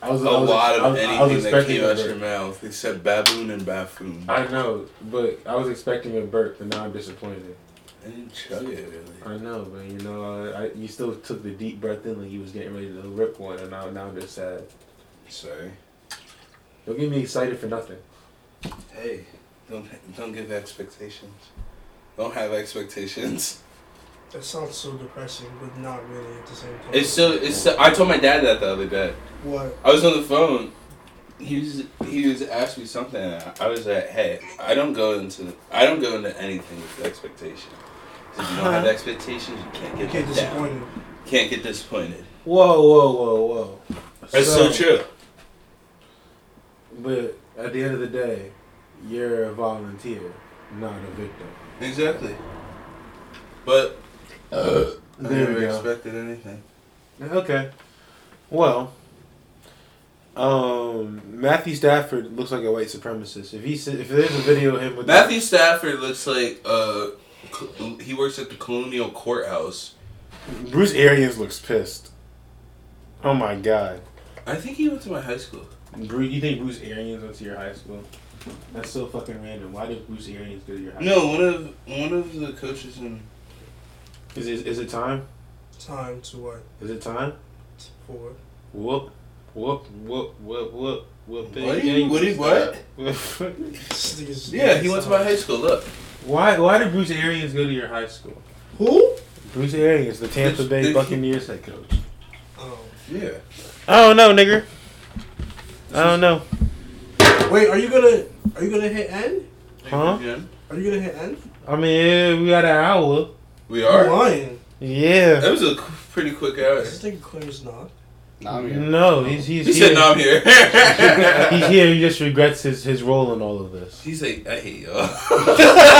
Speaker 1: I was
Speaker 4: a
Speaker 1: I was,
Speaker 4: lot
Speaker 1: I
Speaker 4: of
Speaker 1: was, I was
Speaker 4: anything that
Speaker 1: expecting
Speaker 4: came
Speaker 1: a
Speaker 4: out
Speaker 1: burp.
Speaker 4: your mouth except baboon and baffoon. I
Speaker 1: I know, but I was expecting a burp, and now I'm disappointed.
Speaker 4: didn't chug it really.
Speaker 1: I know, but you know, I, you still took the deep breath in like you was getting ready to rip one, and now now I'm just sad.
Speaker 4: Sorry.
Speaker 1: Don't get me excited for nothing.
Speaker 4: Hey, don't don't give expectations. Don't have expectations.
Speaker 2: That sounds so depressing, but not really at the same time.
Speaker 4: It's so it's. So, I told my dad that the other day.
Speaker 2: what?
Speaker 4: I was on the phone. He was he was asking me something. And I- I was like, hey, I don't go into I don't go into anything with expectation. 'Cause If you don't have expectations, you can't
Speaker 2: You
Speaker 4: get
Speaker 2: can't
Speaker 4: let down.
Speaker 2: disappoint. him.
Speaker 4: Can't get disappointed.
Speaker 1: Whoa, whoa, whoa, whoa.
Speaker 4: That's so, true.
Speaker 1: But at the end of the day, you're a volunteer, not a victim.
Speaker 4: Exactly. But I
Speaker 1: There
Speaker 4: never
Speaker 1: we go.
Speaker 4: expected anything.
Speaker 1: Okay. Well, um, Matthew Stafford looks like a white supremacist. If he s- if there's a video of him with
Speaker 4: Matthew Stafford looks like uh, cl- he works at the Colonial Courthouse.
Speaker 1: Bruce Arians looks pissed. Oh my god.
Speaker 4: I think he went to my high school.
Speaker 1: Bruce, you think Bruce Arians went to your high school? That's so fucking random. Why did Bruce Arians go to your high school?
Speaker 4: No, one of one of the coaches in.
Speaker 1: Is it, is it time?
Speaker 2: Time to what?
Speaker 1: Is it time?
Speaker 2: For
Speaker 1: Whoop, whoop, whoop, whoop, whoop, whoop.
Speaker 4: What? What did- what?
Speaker 1: what?
Speaker 2: This nigga's-
Speaker 4: Yeah, he went to my high school. Look,
Speaker 1: why? Why did Bruce Arians go to your high school?
Speaker 2: Who?
Speaker 1: Bruce Arians, the Tampa
Speaker 4: Did-
Speaker 1: Bay
Speaker 4: did he-
Speaker 1: Buccaneers head coach.
Speaker 2: Oh.
Speaker 4: yeah,
Speaker 1: I don't know, nigger. I don't know.
Speaker 2: Wait, are you gonna are you gonna hit end?
Speaker 1: Huh?
Speaker 2: Are you gonna hit end?
Speaker 1: I mean, yeah, we got an hour.
Speaker 4: We
Speaker 2: You're
Speaker 4: are.
Speaker 2: lying.
Speaker 1: Yeah.
Speaker 4: That was a qu- pretty quick hour.
Speaker 2: This nigga clear as not.
Speaker 5: Nah,
Speaker 1: Oh,
Speaker 5: I'm here.
Speaker 1: No, he's he's
Speaker 4: He
Speaker 1: here.
Speaker 4: said, "No, I'm here."
Speaker 1: he's here. He just regrets his his role in all of this.
Speaker 4: He's like, "I hate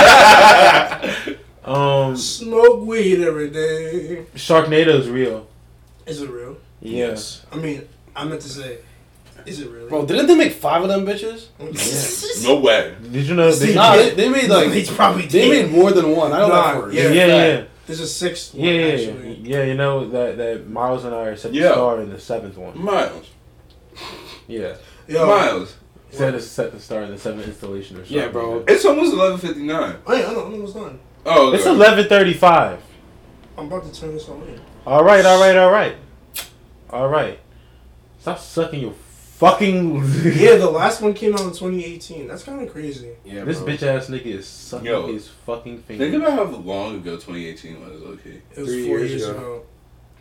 Speaker 4: y'all."
Speaker 1: Um,
Speaker 2: Smoke weed every day.
Speaker 1: Sharknado's real.
Speaker 2: Is it real?
Speaker 1: Yes.
Speaker 2: I mean, I meant to say, is it really? Mm.
Speaker 5: Bro, didn't they make five of them bitches?
Speaker 4: no way.
Speaker 1: Did you know? Did you-
Speaker 5: Nah, they, they made like
Speaker 2: probably
Speaker 5: they made more than one. I don't
Speaker 2: Nah,
Speaker 5: know. for
Speaker 1: yeah,
Speaker 5: Yeah.
Speaker 2: yeah,
Speaker 1: yeah, yeah,
Speaker 2: There's a sixth one
Speaker 1: yeah, yeah,
Speaker 2: actually.
Speaker 1: Yeah, You know that that Miles and I are set
Speaker 4: Yeah.
Speaker 1: the star in the seventh one.
Speaker 4: Miles,
Speaker 1: Yeah,
Speaker 2: Yo,
Speaker 4: Miles.
Speaker 1: set us set the star in the seventh installation or something.
Speaker 5: Yeah, bro.
Speaker 4: It's almost 11:59.
Speaker 2: Wait, I know, I'm almost done.
Speaker 4: Oh, okay.
Speaker 1: It's eleven thirty-five.
Speaker 2: I'm about to turn this on in.
Speaker 1: All right, all right, all right, all right. Stop sucking your fucking.
Speaker 2: Yeah, the last one came out in 2018. That's kind of crazy.
Speaker 5: Yeah,
Speaker 1: This
Speaker 5: bro.
Speaker 1: bitch ass nigga is sucking
Speaker 4: Yo.
Speaker 1: his fucking
Speaker 4: Think
Speaker 1: finger.
Speaker 4: about how long ago 2018 was. Okay.
Speaker 2: It was
Speaker 5: Three
Speaker 2: four
Speaker 5: years
Speaker 2: years,
Speaker 5: ago.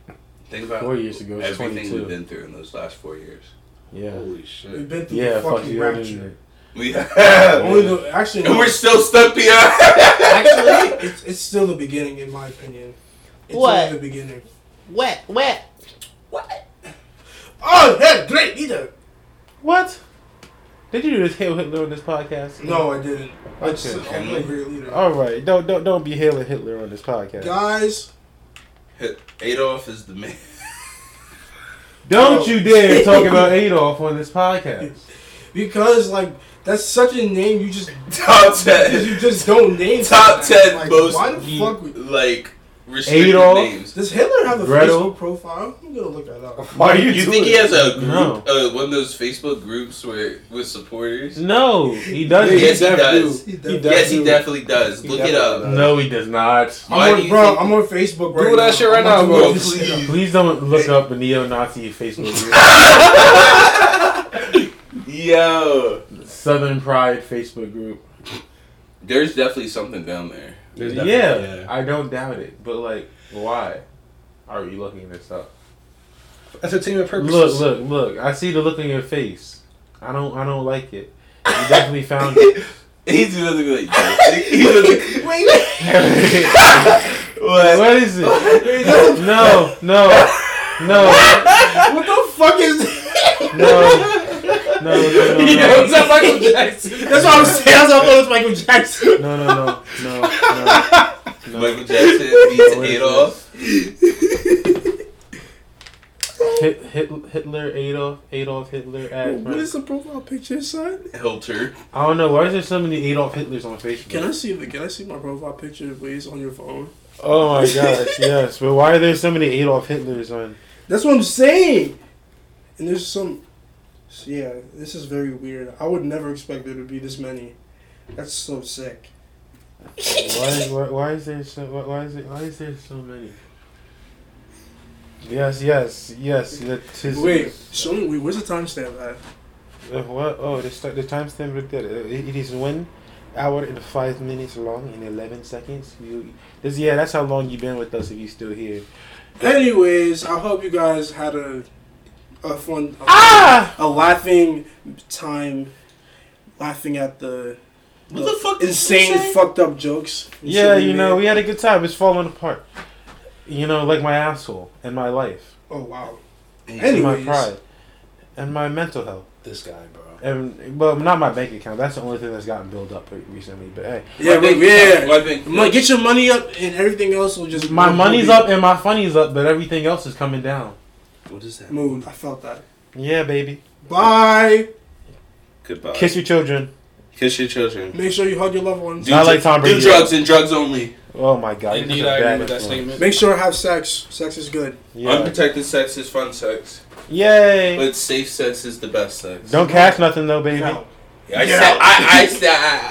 Speaker 2: ago.
Speaker 4: Think about
Speaker 1: Four years ago, it was
Speaker 4: Everything
Speaker 1: 22.
Speaker 4: we've been through in those last four years.
Speaker 1: Yeah,
Speaker 5: Holy
Speaker 2: We've
Speaker 5: shit.
Speaker 2: been through
Speaker 1: yeah.
Speaker 2: the
Speaker 1: Fuck
Speaker 2: fucking
Speaker 1: you. I didn't-
Speaker 2: rapture.
Speaker 4: We
Speaker 2: Only
Speaker 4: have.
Speaker 2: the actually,
Speaker 4: And we're still stuck behind.
Speaker 2: actually, it's, it's still the beginning in my opinion. It's
Speaker 6: What?
Speaker 2: only the beginning.
Speaker 6: Wet, wet.
Speaker 2: Oh, yeah, great either.
Speaker 1: What? Did you just hail Hitler on this podcast?
Speaker 2: No, I didn't. I just
Speaker 1: Okay.
Speaker 2: I'm a great leader.
Speaker 1: All right, don't don't don't be hailing Hitler on this podcast.
Speaker 2: Guys,
Speaker 4: Adolf is the man.
Speaker 1: Don't you dare talk about Adolf on this podcast.
Speaker 2: because like that's such a name you just
Speaker 4: Top
Speaker 2: you
Speaker 4: ten.
Speaker 2: just don't name.
Speaker 4: Top
Speaker 2: like that.
Speaker 4: ten
Speaker 2: Like,
Speaker 4: most
Speaker 2: Why the fuck? Would,
Speaker 4: like restricted
Speaker 1: Adolf?
Speaker 4: names.
Speaker 2: does Hitler have a
Speaker 1: Gretel?
Speaker 2: Facebook profile? I'm gonna look that up.
Speaker 1: Why are you?
Speaker 4: You
Speaker 1: doing
Speaker 4: think he has a group,
Speaker 1: No.
Speaker 4: uh, one of those Facebook groups where with supporters?
Speaker 1: No, he doesn't.
Speaker 4: Yes, he does.
Speaker 2: He
Speaker 5: He
Speaker 2: does.
Speaker 5: does.
Speaker 4: Yes, he definitely does. Look it up.
Speaker 1: No, he does not.
Speaker 2: I'm
Speaker 4: Why do
Speaker 2: on,
Speaker 4: you
Speaker 2: bro,
Speaker 4: think-
Speaker 2: I'm on Facebook right
Speaker 5: Google that
Speaker 2: now.
Speaker 5: shit right
Speaker 2: I'm on
Speaker 5: now,
Speaker 4: bro.
Speaker 2: Google this shit.
Speaker 4: Please.
Speaker 1: Please don't look up a neo-Nazi Facebook
Speaker 4: Yo,
Speaker 1: group. Southern Pride Facebook group.
Speaker 4: there's definitely something down there.
Speaker 1: Yeah,
Speaker 5: definitely- yeah.
Speaker 1: I don't doubt it, but like, why? Are you looking this up?
Speaker 3: Entertainment purposes.
Speaker 1: Look, look, look! I see the look on your face. I don't, I don't like it. You definitely found it.
Speaker 4: He's gonna be like, he's gonna be
Speaker 2: Wait, wait.
Speaker 1: what is it? No, no, no,
Speaker 2: What the fuck is this?
Speaker 1: no, no, no, no, no.
Speaker 3: Yeah, it's not Michael Jackson.
Speaker 2: That's what I'm saying. That's what I thought it was Michael Jackson.
Speaker 1: No, no, no, no, no.
Speaker 4: Michael Jackson beats
Speaker 1: What is
Speaker 4: Adolf.
Speaker 1: Hit, hit, Hitler, Adolf, Adolf Hitler. Ad,
Speaker 2: What is the profile picture, son?
Speaker 4: Hilter.
Speaker 1: I don't know. Why is there so many Adolf Hitlers on Facebook?
Speaker 2: Can I see the? Can I see my profile picture, please, on your phone?
Speaker 1: Oh my gosh, yes. But why are there so many Adolf Hitlers on?
Speaker 2: That's what I'm saying. And there's some. so Yeah, this is very weird. I would never expect there to be this many. That's so sick.
Speaker 1: Why, why, why is there so? Why, why is there? Why is there so many? Yes, yes, yes. That is,
Speaker 2: Wait, show me. Wait, where's the timestamp at?
Speaker 1: Uh, what? Oh, the start, the timestamp right there. Uh, It, it is one hour and five minutes long and eleven seconds. You, this, yeah, that's how long you've been with us if you still here.
Speaker 2: Anyways, I hope you guys had a a fun a,
Speaker 1: Ah!
Speaker 2: a laughing time, laughing at the,
Speaker 4: What the fuck did you
Speaker 2: insane
Speaker 4: say?
Speaker 2: fucked up jokes. and shit
Speaker 1: Yeah,
Speaker 2: we
Speaker 1: you know,
Speaker 2: made.
Speaker 1: we had a good time. It's falling apart. You know, like my asshole and my life
Speaker 2: Oh wow.
Speaker 1: and my
Speaker 2: Anyways.
Speaker 1: pride and my mental health.
Speaker 5: This guy, bro.
Speaker 1: And well, not my bank account. That's the only thing that's gotten built up recently. But hey,
Speaker 2: Yeah,
Speaker 4: Why think-
Speaker 2: we- yeah.
Speaker 4: why think-
Speaker 2: Mon- get your money up and everything else will just
Speaker 1: my
Speaker 2: will
Speaker 1: money's
Speaker 2: be-
Speaker 1: up and my funny's up, but everything else is coming down.
Speaker 4: What is that?
Speaker 2: Moon, I felt that.
Speaker 1: Yeah, baby.
Speaker 2: Bye.
Speaker 3: Uh,
Speaker 4: Goodbye.
Speaker 1: Kiss your children.
Speaker 4: Kiss your children.
Speaker 2: Make sure you hug your loved ones.
Speaker 1: Do- Not like Tom Brady.
Speaker 4: Do drugs and drugs only.
Speaker 1: Oh my god. you're
Speaker 3: Indeed,
Speaker 1: such a
Speaker 3: I
Speaker 1: bad
Speaker 3: agree with that
Speaker 1: influence.
Speaker 3: statement.
Speaker 2: Make sure to have sex. Sex is good.
Speaker 1: Yeah.
Speaker 4: Unprotected sex is fun sex,
Speaker 1: Yay.
Speaker 4: but safe sex is the best sex.
Speaker 1: Don't cash nothing though, baby.
Speaker 2: Now.
Speaker 4: I said. I. I said.